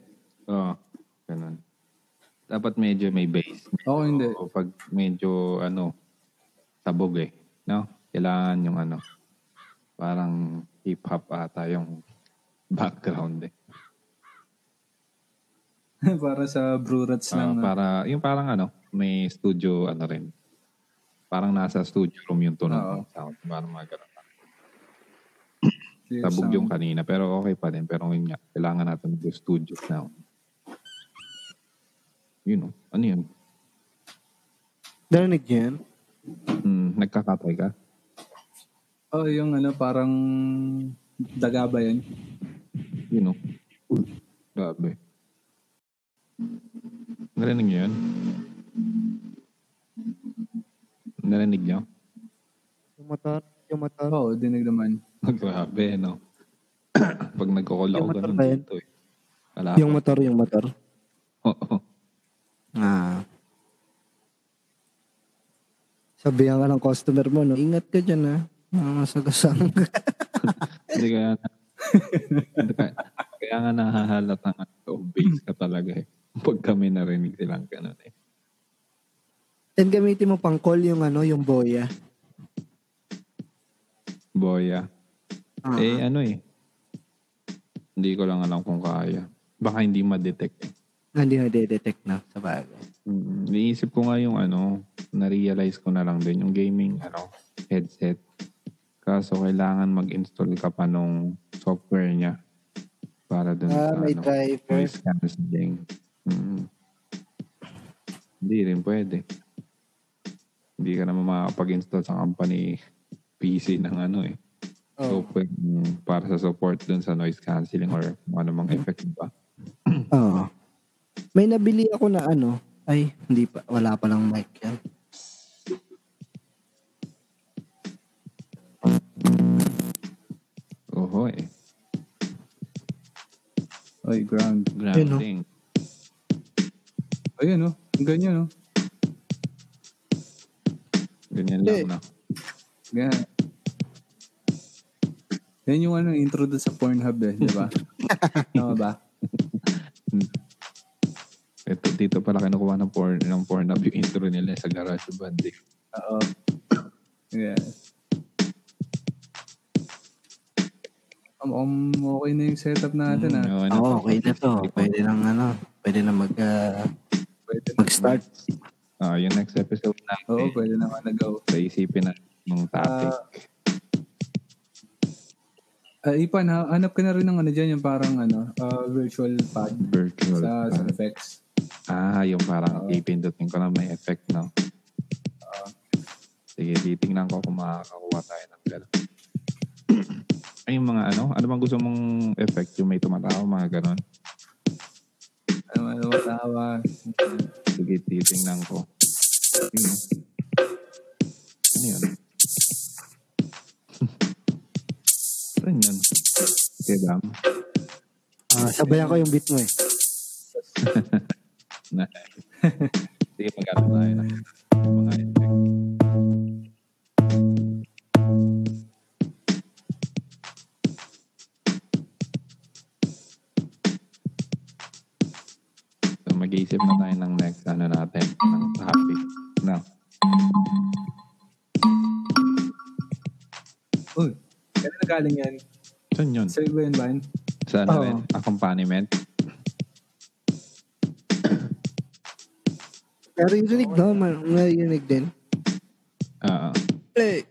Oo, ganun. Dapat medyo may bass. Ako hindi. O pag medyo, ano, sabog eh. No? Kailangan yung ano, parang hip-hop ata yung background eh. para sa Brew Rats Oh. Ah, lang. ah. para, yung parang ano, may studio, ano rin. Parang nasa studio room yung tunog Oo. ng sound. Parang mga ganun. Clear Sabog sound. yung kanina, pero okay pa rin. Pero yun nga, kailangan natin ng studio sound. Yun o. Ano yun? Narinig niyo yun? Hmm, nagkakatay ka? Oh, yung ano, parang daga ba yun? Yun o. Grabe. Narinig niyo yun? Narinig niyo? Yung motor? Yung motor? Oo, dinig naman. Grabe, no? Pag nagkukula ko, Yung ganun matatayin. dito eh. Wala Yung ako. motor, yung motor. Oo. Ah. Sabihan ka ng customer mo, no? Ingat ka dyan, ha? Masagasang ka. Hindi kaya na. kaya- kaya nga nahahalata nga ito. Base ka talaga eh. Pag kami narinig silang ganun eh. Then gamitin mo pang call yung ano, yung boya. Boya. Ah. Eh ano eh. Hindi ko lang alam kung kaya. Baka hindi ma-detect eh. Ah, Hindi na detect na sa bagay. Mm, Iniisip ko nga yung ano, na-realize ko na lang din yung gaming ano, headset. Kaso kailangan mag-install ka pa nung software niya para dun Ah, sa may ano, driver. may scanners din. Mm. Hindi rin pwede. Hindi ka naman makakapag-install sa company PC ng ano eh. Oo. Software mm, para sa support dun sa noise cancelling or kung ano mang effect ba. Oo. May nabili ako na ano. Ay, hindi pa. Wala pa lang mic yan. Oho eh. Oy, ground. Grabe Yun, no? din. Ayun, oh. Ganyan, oh. Ganyan Eh. lang na. Ganyan. Yan yung ano, intro doon sa Pornhub eh, di ba? Tama ba? Ito, dito pala kinukuha ng porn, ng porn up yung intro nila sa garage band. eh. Oo. Yeah. Um, um, okay na yung setup natin ah. Yun, Oo, ito. okay na to. Pwede nang ano. Pwede na mag, ah, Pwede na. mag-start. Ah, yung next episode natin. Oo, pwede na mag-go. So, isipin natin yung topic. Ah, Ipan, ha- hanap ka na rin ng ano dyan, yung parang ano, ah, virtual pad virtual. sa, sa pad. effects. ah, yung parang ipindutin ko lang may effect, no? Sige, titingnan ko kung makakakuha tayo ng gano'n. Ay, yung mga ano? Ano bang gusto mong effect? Yung may tumatawa, mga gano'n? Ano, ano, matawa. Sige, titingnan ko. Yun, no? Ano yun? ano yun? Okay, Bam. Ah, sabayan ko yung beat mo eh. Na. Sige, mag-ano tayo na. Mga effect. So, mag-iisip na tayo ng next ano natin, ng topic. Na. Uy, kaya na galing yan? Saan yun? Sa iba yun, Van? Sa ano rin? Accompaniment? Pero yung rinig, no? ma- Narinig din. Ah, ah. Eh,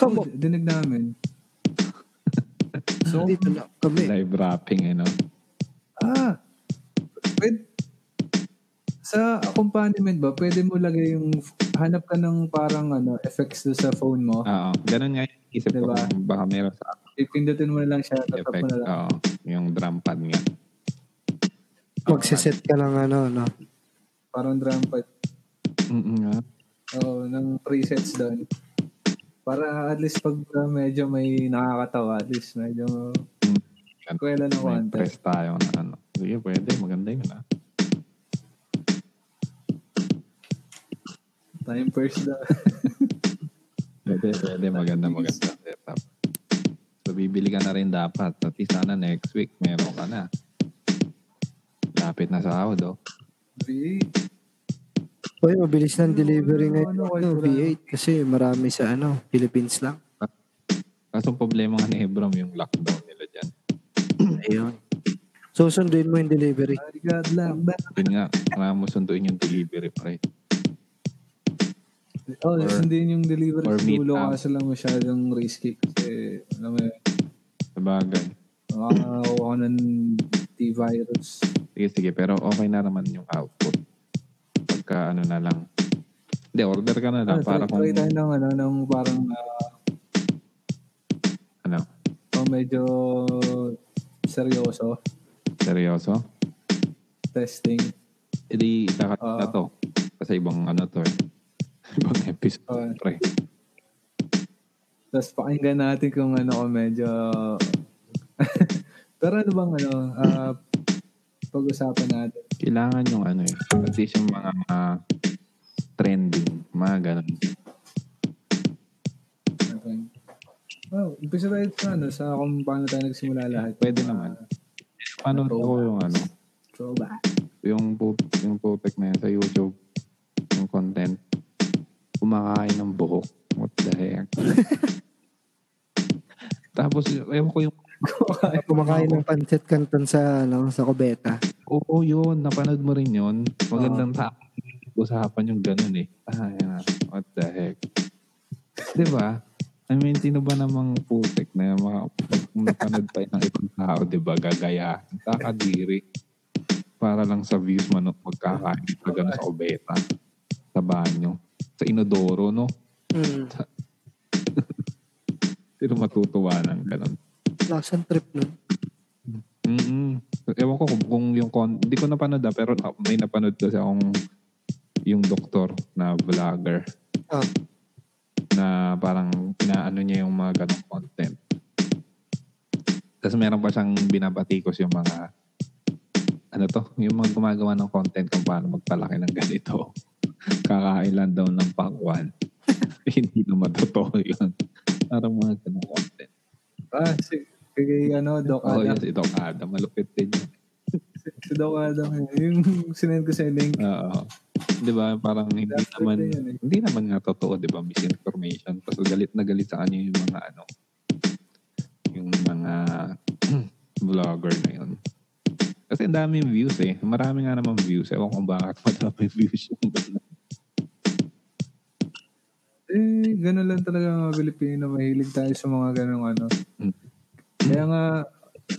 Oh, come on. dinig namin. So, Dito na kami. live rapping, eh, no? ah, pwede, sa accompaniment ba, pwede mo lagay yung, hanap ka ng parang ano, effects doon sa phone mo. Oo. Ganun nga yung isip ko. Diba? kung Baka meron sa Ipindutin mo na lang siya, tatap effect. mo na lang. Oo. Yung drum pad nga. Magsiset ka lang ano, no? Parang drum pad. Mm-mm ah. nga. Oo, ng presets doon. Para at least pag uh, medyo may nakakatawa, at least medyo Mm. Ganun. kwela May ng konti. press tayo na ano. Sige, pwede. Maganda yun, ah. Nine first na. Pwede, pwede. Maganda, maganda. Setup. So, bibili ka na rin dapat. At least sana next week, meron ka na. Lapit na sa sahod, oh. V8. Hoy, mabilis ng delivery ngayon. Ano, Ano, V8 kasi marami sa ano, Philippines lang. Kaso ang problema nga ni Hebram yung lockdown nila dyan. Ayun. Susunduin mo yung delivery. God lang. Ba- Yun nga, kailangan mo sunduin yung delivery pre. Oh, Or- sundin yung delivery or sa meet dulo up. kaso lang masyadong risky kasi alam mo yun, Sa bagay. makakakuha ko ng T-virus. Sige, sige. Pero okay na naman yung output. Pagka ano na lang. Hindi, order ka Ah, na lang. Ano, para try- kung Try tayo ng, ano, ng parang ah, ano, oh, medyo seryoso seryoso. testing. E di, itakat na Ah. to. Kasi ibang ano to eh. Ibang Ah. episode, pre. Tapos pakinggan natin kung ano kung medyo... Pero ano bang ano, ah, pag-usapan natin. Kailangan yung ano eh. At least yung mga, mga trending. Mga ganun. Okay. Well, umpisa tayo sa, ano, sa kung paano tayo nagsimula lahat. Ah, Pwede naman. Ano ko yung ano? Throwback. yung po, yung putek na yun sa YouTube, yung content, kumakain ng buhok. What the heck? Tapos, ewan ko yung, Kumakain ng pancit canton sa ano, sa kubeta. oo yun, napanood mo rin yun. Magandang sa usapan yung ganun eh. Ah, yan. What the heck? Di ba? I mean, sino ba namang putek na yung mga kung napanood tayo ng ibang tao, di ba? Gagaya. Kakadiri. Para lang sa views man magkakain ka ganun sa obeta. Sa banyo. Sa inodoro, no? Hmm. Sino matutuwa ng ganun? Laksan trip nun. Mm-mm. Ewan ko kung, kung yung... Con- hindi ko napanood ah, pero na- may napanood kasi akong yung doktor na vlogger Ah. na parang inaano niya yung mga ganong content. Tapos meron pa siyang binabatikos yung mga ano to, yung mga gumagawa ng content kung paano magpalaki ng ganito. Kakain lang daw ng pakwan. hindi naman totoo yun. Parang mga ganong content. Ah, si, kay ano, Doc Oo, oh, Adam. yes, ito kada. Malupit din yun. Si Doc Adam. eh. Yung sinend ko sa link. Oo. Di ba? Parang hindi Malupit naman, din yun eh. hindi naman nga totoo, di ba? Misinformation. Tapos galit na galit sa kanya yung mga ano, yung mga vlogger na yun. Kasi ang daming views eh. Marami nga naman views. Ewan ko bakit madami views yung ganun. Eh, ganun lang talaga mga Pilipino. Mahilig tayo sa mga ganung ano. Mm. Kaya nga,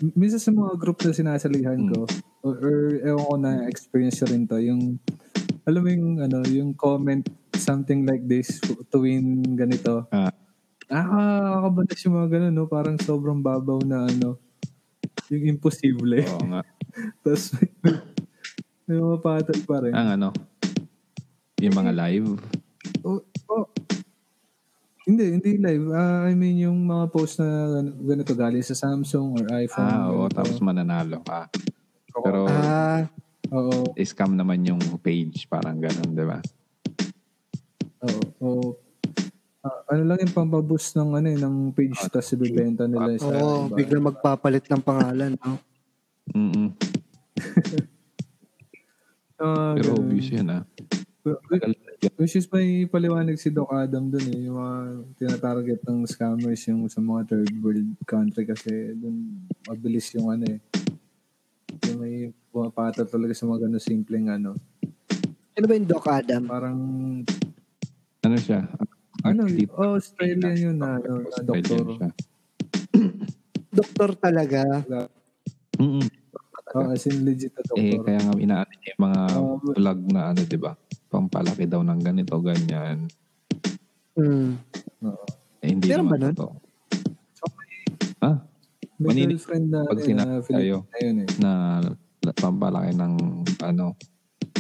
m- minsan sa mga group na sinasalihan ko, or, or ewan ko na experience rin to, yung, alam mo yung, ano, yung comment, something like this, to win ganito. Ah, Nakakakabalas yung mga ganun, no? Parang sobrang babaw na, ano, yung imposible. oo nga. Tapos, may, may mga patol pa rin. Ang ano, yung mga live. Oh, oh. Hindi, hindi live. Ah, I mean, yung mga post na gan- ganito galing sa Samsung or iPhone. Ah, oo. ganito. Tapos mananalo ka. Pero Ah, Oo, scam naman yung page. Parang ganun, di ba? oo, oo. Ah, ano lang yung pampaboost ng ano eh, ng page Ah, tapos ibibenta nila sa oo, iba. biglang magpapalit ng pangalan, no? Mm-mm. Ah, Pero ganun. obvious yun ah. Which is may paliwanag si Doc Adam dun eh. Yung mga tinatarget ng scammers yung sa mga third world country kasi dun mabilis yung ano eh. Yung may pumapata talaga sa mga ganun simpleng ano. Ano ba yung Doc Adam? Parang Ano siya? ano, Athlete. oh, Australian yun na, ano, na Australian doktor. siya. Doktor talaga. Mm-mm. Oh, as in legit na Eh, doktor. kaya nga inaano niya yung mga Oh, but- vlog na ano, di ba? Pampalaki daw ng ganito, ganyan. Hmm. Oo. Eh, hindi Meron ba nun? naman totoo. Ha? May Manini- girlfriend na, pag ano, sinabi na Filipina yun eh. Na la- pampalaki ng ano,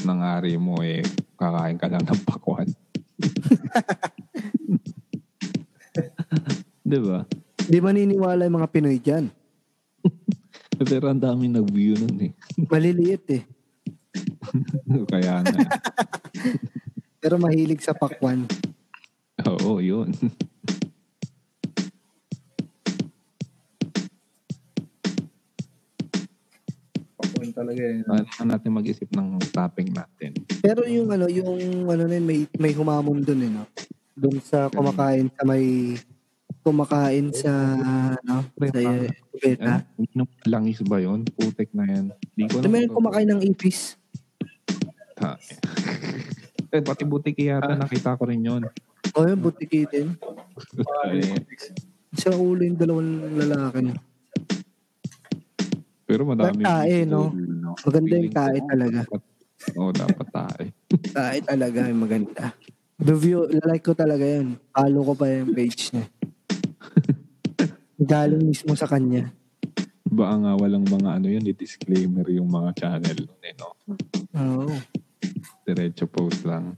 ng ari mo eh, kakain ka lang ng pakwan. di ba? Di maniniwala yung mga Pinoy dyan. Pero ang daming nag-view nun eh. Maliliit eh. Kaya na. Pero mahilig sa pakwan. Oo, yun. Pakuan talaga eh. Kailangan natin mag-isip ng topping natin. Pero yung ano, yung ano na yun, may may humamon doon eh, no? Doon sa kumakain sa may kumakain sa ano, sa kubeta. Ano? Inom langis ba yun? Putek na yan. Di ko Ano meron kumakain ng ipis? Ha. Eh, pati butiki yata nakita ko rin yun. O Oh, yun, butiki din. Eh, Sa ulo yung dalawang lalaki na. Pero madami. Tae, no? Maganda yung tae talaga. Oo, oh, dapat tae. Tae talaga yung maganda. The view, like ko talaga yun. Follow ko pa yung page niya. Galing mismo sa kanya. Ba nga walang mga ano yun, disclaimer yung mga channel nun eh, no? Oo. Oh, Diretso post lang.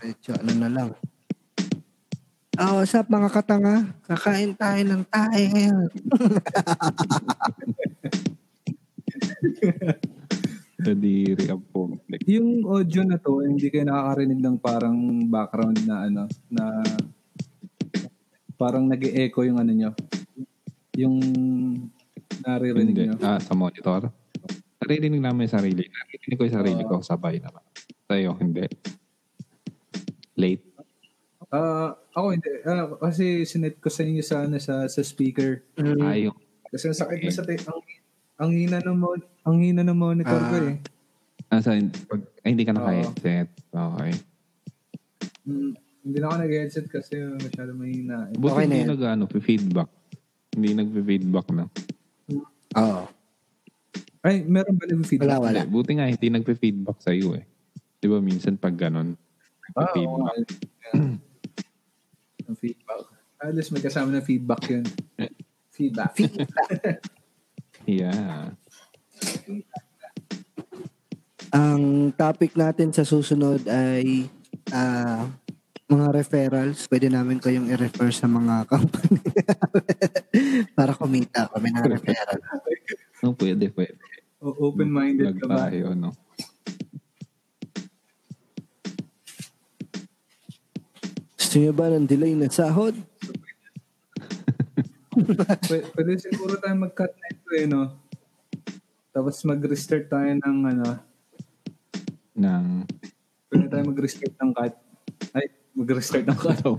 diretso, ano na lang. Ah, what's up mga katanga? Kakain tayo ng tae ngayon. Nadiri ang conflict. Yung audio na to, hindi kayo nakakarinig ng parang background na ano, na parang nag echo yung ano nyo. Yung naririnig Hindi. nyo. Ah, sa monitor? Naririnig namin yung sarili. Naririnig ko yung sarili ko. Sabay naman. Sa'yo, hindi. Late. Ah, ako hindi. Ah, kasi sinet ko sa inyo sa, ano, sa, sa speaker. Mm. Ayaw. Kasi ang sakit na sa tape. Ang, ang hina ng, mon- ang hina ng monitor ko eh. Nasa, Ah, pag, ay, hindi ka naka-headset. Okay. Mm, hindi na ako nag-headset kasi masyado mahina. Eh. Buti Okay na hindi yan. nag ano, feedback. Hindi nag-feedback na. Oo. Ay, meron ba nag Wala, feedback? wala. Hindi, Buti nga hindi nag-feedback sa iyo eh. 'Di ba minsan pag ganun, Ah, oo nga. feedback. Ang feedback. At least may kasama ng feedback yun. Feedback. Yeah. Ang topic natin sa susunod ay ah, mga referrals. Pwede namin kayong i-refer sa mga company para kumita kami ng referral. No, pwede, pwede. O- Open-minded Nag ka ba? tayo, no? Gusto niyo ba ng delay na sahod? Pwede, pwede siguro tayo mag-cut na ito eh, no? Tapos mag-restart tayo ng ano, Nang pwede tayo mag-restart ng cut. Ay, mag-restart ng cut. so,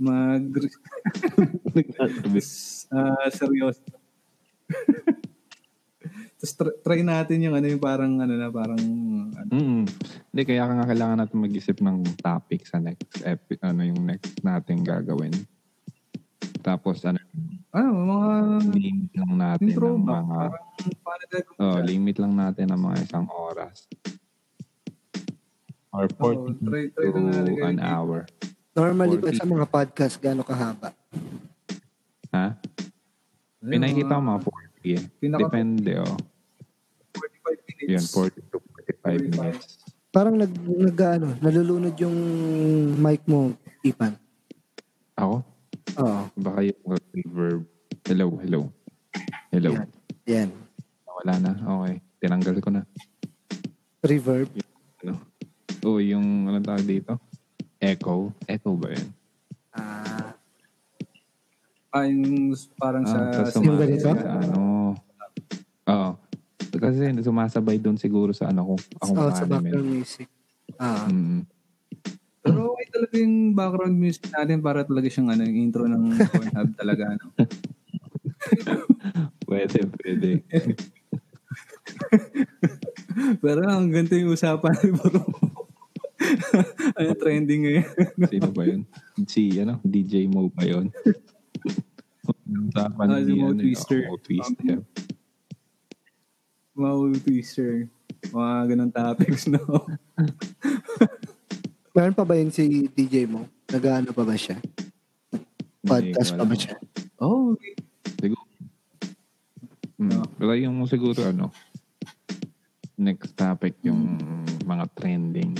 Mag-restart. ah seryoso. Tapos tr- try natin yung ano yung parang ano na parang ano, mm Hindi, kaya nga kailangan natin mag-isip ng topic sa next epi- ano yung next natin gagawin. Tapos ano, ano mga limit lang natin intro ng ba? mga Parang paano gagawin oh, dyan? limit lang natin ng mga isang oras. Or 40 Oo, try- try lang natin to an gawin. hour. Normally ba Forty. sa mga podcast gano'ng kahaba? Ha? May nakikita ko mga 40 eh. ah, Pinaka- Depende, oh. 45 minutes. Yun, 40 to 45 minutes. Parang nag, nag ano, nalulunod yung mic mo, Ipan. Ako? Oo. Baka yung reverb. Hello, hello. Hello. Yan. Yan. Wala na. Okay. Tinanggal ko na. Reverb. Ano? Oo, yung ano tawag dito? Echo. Echo ba yun? Ah, Ah, yung s- parang sa... Ah, sa Yung sumasabay ganito? sa ano. Oo. Kasi sumasabay doon siguro sa ano kung ako oh, sa background music. Ah, Mm. pero okay talaga yung background music natin para talaga siyang ano, yung intro ng Pornhub talaga. Ano. Pwede, pwede. Pero ang ganito yung usapan ni Bro. ano trending ngayon? Sino ba yun? Si, ano, DJ Mo ba yun? Usapan Ah, si ni, Mo ano, Twister. Ah, Mo Twister. Mga twister. Mga ganun topics, no? meron pa ba yun si DJ mo? Nag-ano pa ba siya? Hindi Podcast ko pa ba alam. siya? oh, Siguro. Mm. Ah. Pero yung siguro ano, next topic yung mga trending.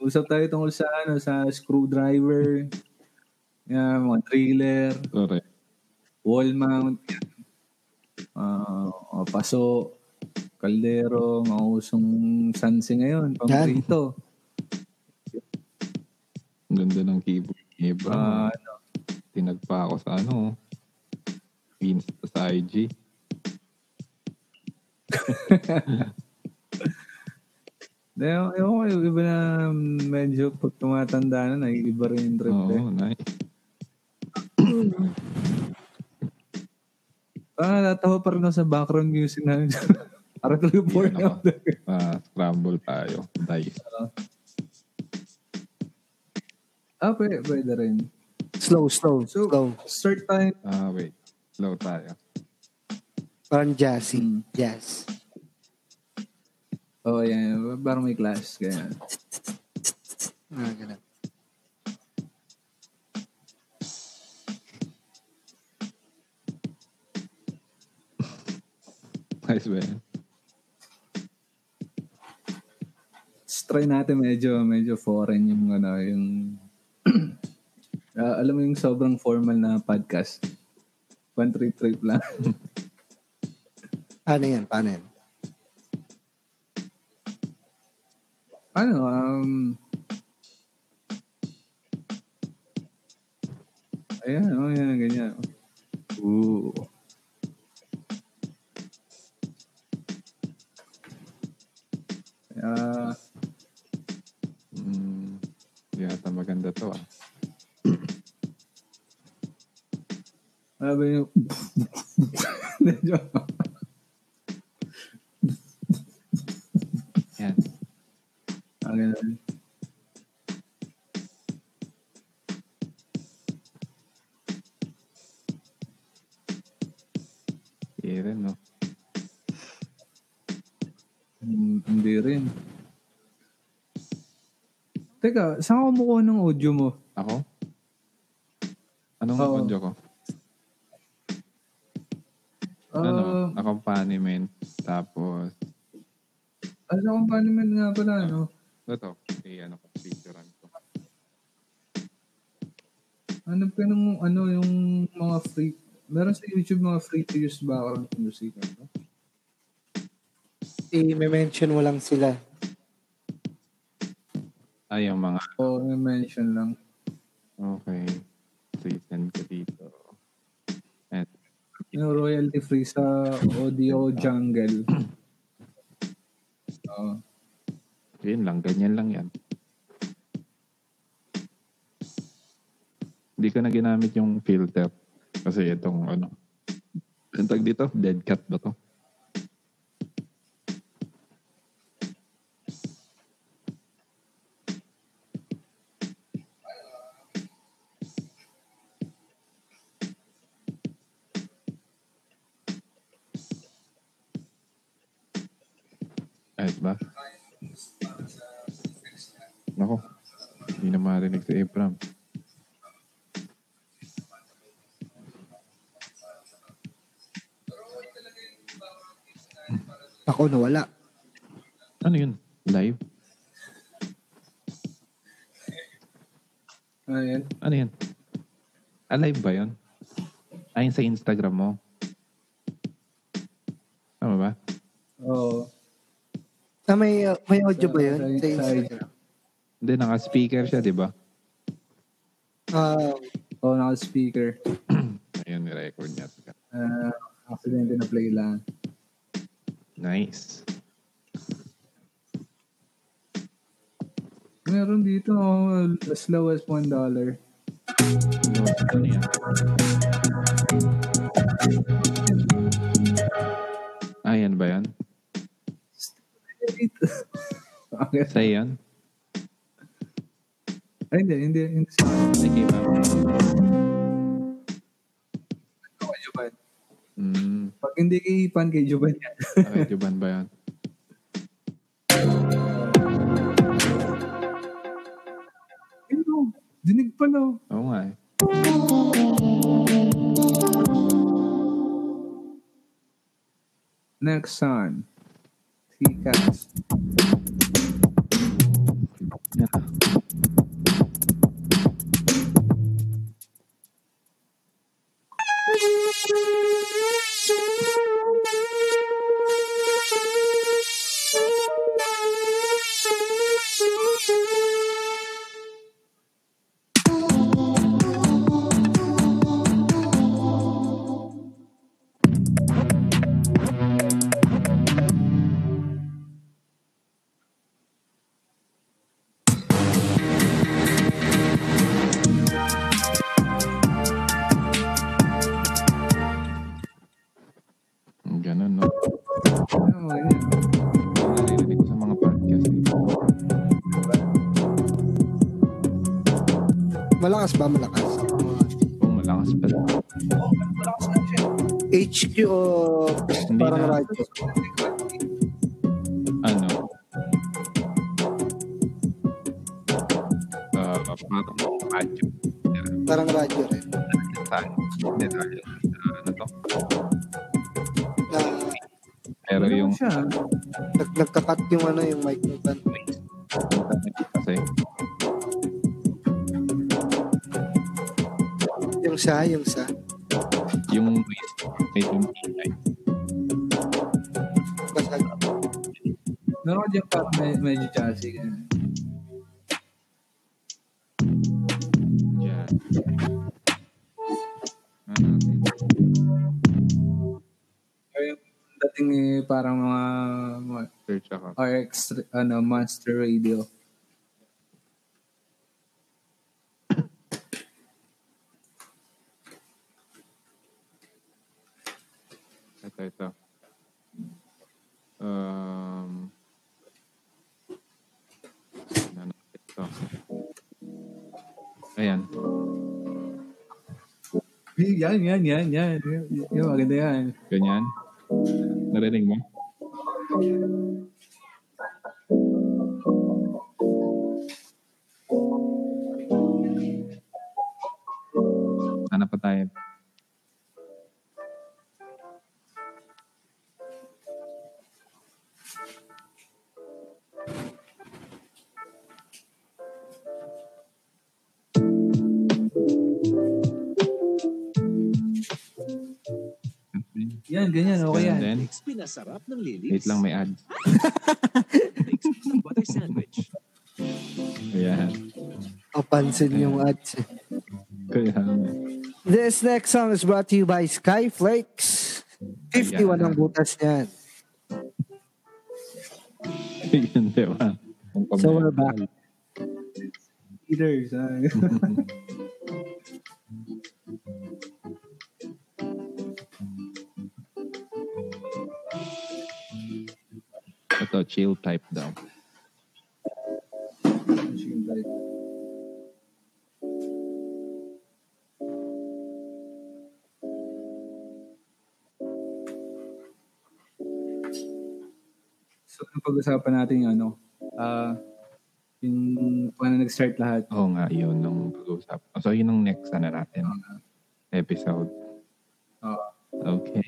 usap tayo tungkol sa ano, sa screwdriver, yan, mga trailer, Correct. wall mount, yan. Ah, mga paso, kaldero, mga usong sansi ngayon, pang Yan. rito. Ang ganda ng keyboard ni Iba. Ah, Tinagpa ako sa ano. Insta sa IG. Ewan ewan ko, yung iba na medyo pag tumatanda na, nag-iba rin yung trip Oo, eh. nice. Ah, natatawa pa rin ako sa background music namin. Para tuloy Yan born ako. out. Ah, scramble tayo. Dice. Ah, pwede, pwede rin. Slow, slow, So, slow. start tayo. Ah, wait. Slow tayo. Parang jazzy. Jazz. Oh, yan. Parang may class. Kaya. Ah, ganun. Nice ba yan? Let's try natin medyo, medyo foreign yung ano, yung... Ah, alam mo yung sobrang formal na podcast. One trip trip lang. Paano yan? Paano yan? ano, um... Ayan, oh, yan, ganyan. Ooh. Ah, Mm, yata maganda to ah. ano ba yung... Medyo... Yan. ah, ganun. Yeah, rin, no? Hmm, Hindi rin. Teka, saan ka kumukuha ng audio mo? Ako? Anong Oo. audio ko? ano? Ah, Accompaniment. Tapos, ano sa accompaniment nga pala, ano? ito, eh, ano ko, picturean ko. Hanap ka ng, ano, yung mga free... Meron sa YouTube mga free to use background music. Ano? I-mention mo lang sila. Ay, yung mga, O, may mention lang. okay. So, send ko dito. At, Yung royalty free sa Audio Jungle. Oo. yun lang, ganyan lang yan. Hindi ko na ginamit yung filter. Kasi itong, ano, ang tag dito, dead cat ba to? Ayos ba? Nako, hindi na marinig si Abram. Ako na wala. Ano yun? Live? Ayan. Ano yun? Alive ba yun? Ayun sa Instagram mo. Tama ba? Oo. Ah, may, may audio ba yun? Sa- Sa sa- Instagram. Hindi, naka-speaker siya, di ba? Ah, Oo, naka-speaker. Ayun, record niya. Ah, accidente na play lang. Nice. Meron dito, oh, as low as $1. dollar. Ano, ano yan? Ayan ba Ah, yan? Okay. Sa yan? Ay, hindi, hindi. Hindi Sige ba? ko kay Juban. Mm, Pag hindi kay Ipan, kay Juban yan. okay, Juban Ah, ba yan? Ayun, oh, dinig pala. oh. Oo nga eh. Next son. Tikas. Oh, eh. Malakas ba? Malakas. Kung malakas pa lang. HQ o Hindi parang na. radyo? Ano? Ah, parang radyo. Parang radyo rin. Detalye. Detalye. Ah, Ano to? Na Ah, Pero yung Siya, nag nagkakat yung ano yung mic ng band. kasi Yung sa, yung sa. yung waist medyo ingay. Basag. nanood yung parang med- medyo jazzy. ganun. Yeah. Ah, Or yung dating eh, parang mga, mga search ako. RX, ano, Monster Radio. Ito, ito. Um, ano, ito. Ayan. Eh, Yan, yan, yan, yan. Yan, yan, maganda yan. Ganyan. Narinig mo? Sana pa tayo. Yan, ganyan, okay Ganun yan. din. Pinasarap ng lilis. Wait lang, may ad. ng butter sandwich. Ayan. Papansin yung ads. eh. Kaya, This next song is brought to you by Skyflakes. 51 ang butas niyan. yun, di ba? So we're back. Eaters. ah. Ito, chill type daw. so, napag-usapan natin yung ano, ah, yung paano nag-start lahat. Oo nga, yun nung pag-uusap. So, yun ang next ano natin. Episode. Oo. Okay.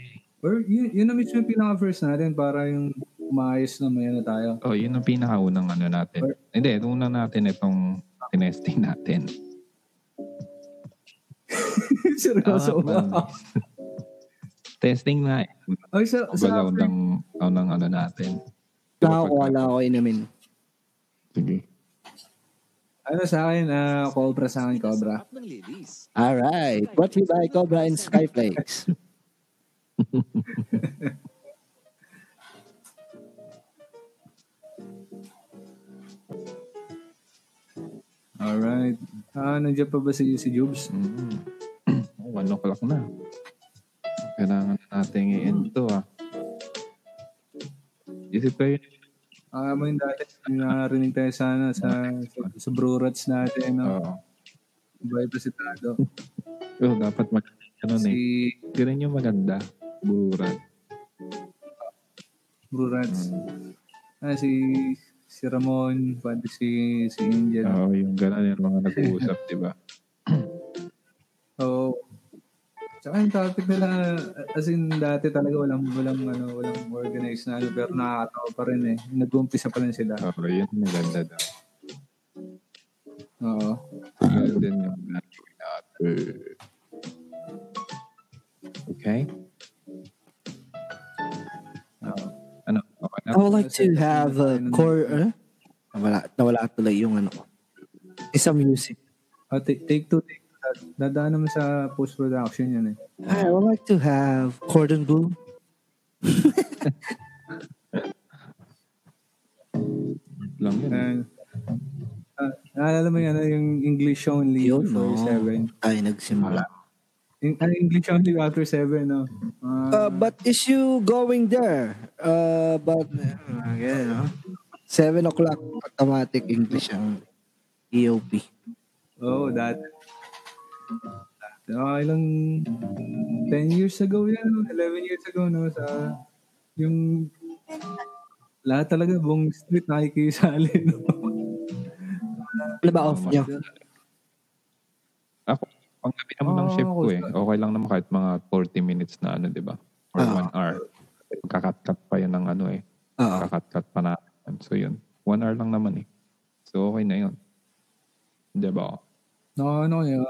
Or Ah, yun, yun na mismo yung pinaka-first natin para yung maayos na maya na tayo. Oh, yun ang pinakaunang ano natin. Hindi, una natin itong tinesting natin. Seryoso ba? Ah, Testing na eh. Ay, sa, Kumbaga, sa after, unang, unang ano natin. Nakakuha lang ako inamin. Sige. ano sa akin, ah, Cobra sa akin, Cobra. Pinasarap ng lilis. Alright. Brought to you by Cobra and Skyflakes. Alright. Ah, nandiyan pa ba si, si Jobs? Mm. Oh, one o'clock na. Kailangan na natin i-end to ah. Isip ko yun. Ah, mo yung dati narinig tayo sana sa, sa, sa brurats natin, no? Oo. Iba pa si Tado. Oh, dapat mag ano na eh. Si Ganun yung maganda. Buran. brurats. Ah, si si Ramon, pati si si Angel. Oo, yung ganun yung mga nag-uusap, di ba? So, tsaka yung topic nila, as in dati talaga walang, walang, ano, walang organized na ano, pero nakakatawa pa rin eh. Nag-umpisa pa rin sila. Oo, yun yung maganda daw. Oo. Yun din yung natural natin. Okay? Oo. Ano? Okay na? I would like to have a core... Huh? Nawala, nawala tuloy yung ano ko. Isang music. Ah, take, take two, take two. Dadaan naman sa post-production yan eh. I would like to have Cordon Bleu. Lang yun. And, ah, naalala mo yun, ano, yung English only Yun, no. before seven. Tayo nagsimula. In, ah, English only after seven, no? Uh, Ah, but is you going there? Uh, but, E again, no? 7 o'clock, automatic English ang EOP. Oo, oh, dati. Ah, ilang 10 years ago yan, 11 years ago, no? Sa yung lahat talaga buong street nakikisali, no? Ano ba off nyo? Ako, ang gabi naman ng Oo, shift ko ako eh. Okay lang naman kahit mga 40 minutes na ano, di ba? Or Ah. 1 hour. Kakat-cut pa yan ng ano eh. Oo. Kakat-cut pa na. So yun. 1 hour lang naman eh. So okay na yun. Di ba? No, ano yun?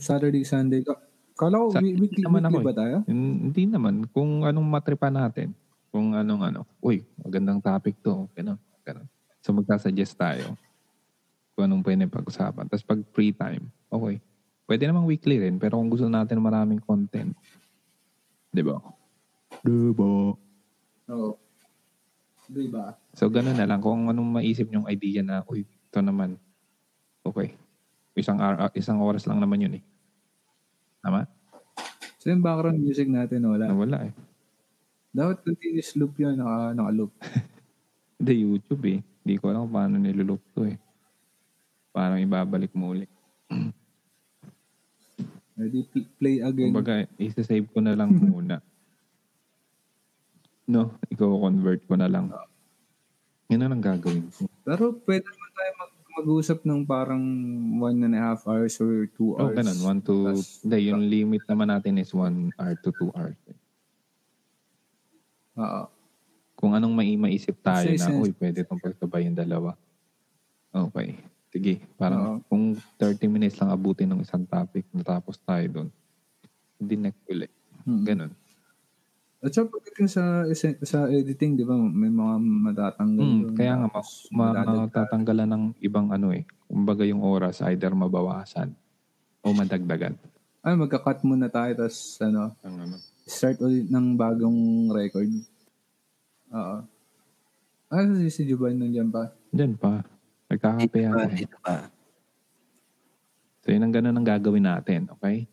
Saturday, Sunday. Ka- Kala ko, Sa- wi- weekly, naman ako weekly eh. ba tayo? Hmm, Hindi naman. Kung anong matripa natin. Kung anong ano. Uy, magandang topic to. Ganun. Ganun. So magkasuggest tayo. Kung anong pwede pag-usapan. Tapos pag free time, okay. Pwede namang weekly rin. Pero kung gusto natin maraming content. Di ba? Di ba? Oo. Di ba? So ganun na lang. Kung anong maisip yung idea na, uy, ito naman. Okay. Isang, ar- isang oras lang naman yun eh. Tama? So yung background music natin, wala. Nawala eh. Dapat continuous loop yun, naka, naka-loop. Hindi, YouTube eh. Hindi ko alam kung paano nilulok to eh. Paano ibabalik mo ulit. Ready, pl- play again. Kumbaga, isa-save ko na lang muna. No, ikaw convert ko na lang. Yun ang gagawin ko. Pero pwede naman tayo mag- mag-usap ng parang one and a half hours or two Oh, hours. ganun. One to... Tapos- Hindi, yung limit naman natin is one hour to two hours. eh. Oo. Kung anong mai maisip tayo Say na, sense. uy, pwede itong pagtabay yung dalawa. Okay. Sige. Parang Oo. kung 30 minutes lang abutin ng isang topic, natapos tayo doon. Hindi next ulit. Mm. Ganun. At saka pagdating sa, ese- sa editing, di ba, may mga matatanggal. Mm, doon. kaya nga, ma- Tapos ma- madadagdag. tatanggalan ng ibang ano eh. Kumbaga yung oras, either mabawasan o madagdagan. Ay, magka-cut muna tayo, tapos ano, Ang ano. start ulit ng bagong record. Oo. Ah, si, si Juban nandiyan pa. Diyan pa. Nagkakape yata eh. Dito pa. So yun ang ganun ang gagawin natin, okay?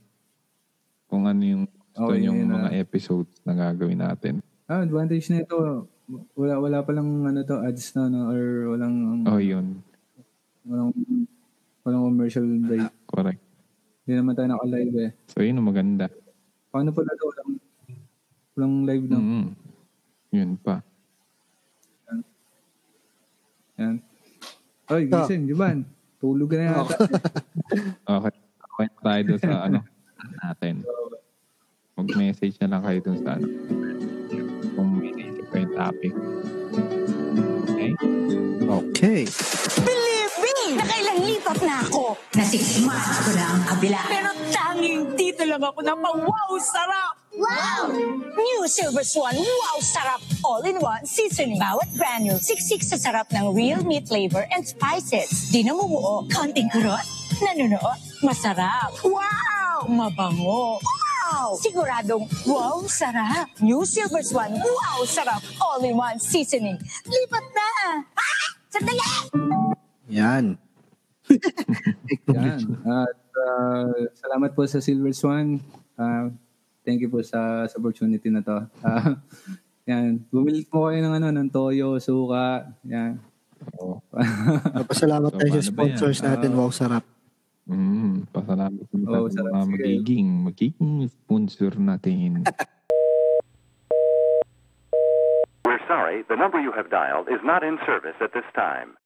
Kung ano yung, gusto Okay, yung Oh, yun na. mga episodes na gagawin natin. Ah, advantage na ito. Wala, wala palang ano to, ads na, no? Or walang, Oh, yun. walang, walang commercial break. Correct. Hindi naman tayo naka-live eh. So yun ang maganda. Paano pala ito? Walang, walang live na. mm Yun pa. Yan. Oy, gising, Juban. Tulog ka na yata. Okay. Okay tayo doon sa ano natin. Mag-message na lang kayo doon sa ano. Kung may naisip kayo yung topic. Okay? Okay. Believe me! Nakailang lipat na ako! Nasikmat ko na ang kabila. Pero tanging dito lang ako na pa-wow sarap! Wow! New Silver Swan Wow Sarap All-in-One Seasoning. Bawat granule, siksik sa sarap ng real meat flavor and spices. Di namumuo, konting kurot, nanunuot, masarap. Wow! Mabango. Wow! Siguradong wow sarap. New Silver Swan Wow Sarap All-in-One Seasoning. Lipat na! Ah! Sandali! Yan. Yan. At ah, salamat po sa Silver Swan. Ah, thank you po sa, sa opportunity na to. Ah, yan. Bumili po kayo ng ano, ng toyo, suka. Yan. Oo. Napasalamat So, tayo sa paano ba sponsors yan? natin. Ah. Wow, sarap. Mm, pasalamat kami Oo, sa Oh, sarap mga sige. magiging, magiging sponsor natin. We're sorry, the number you have dialed is not in service at this time.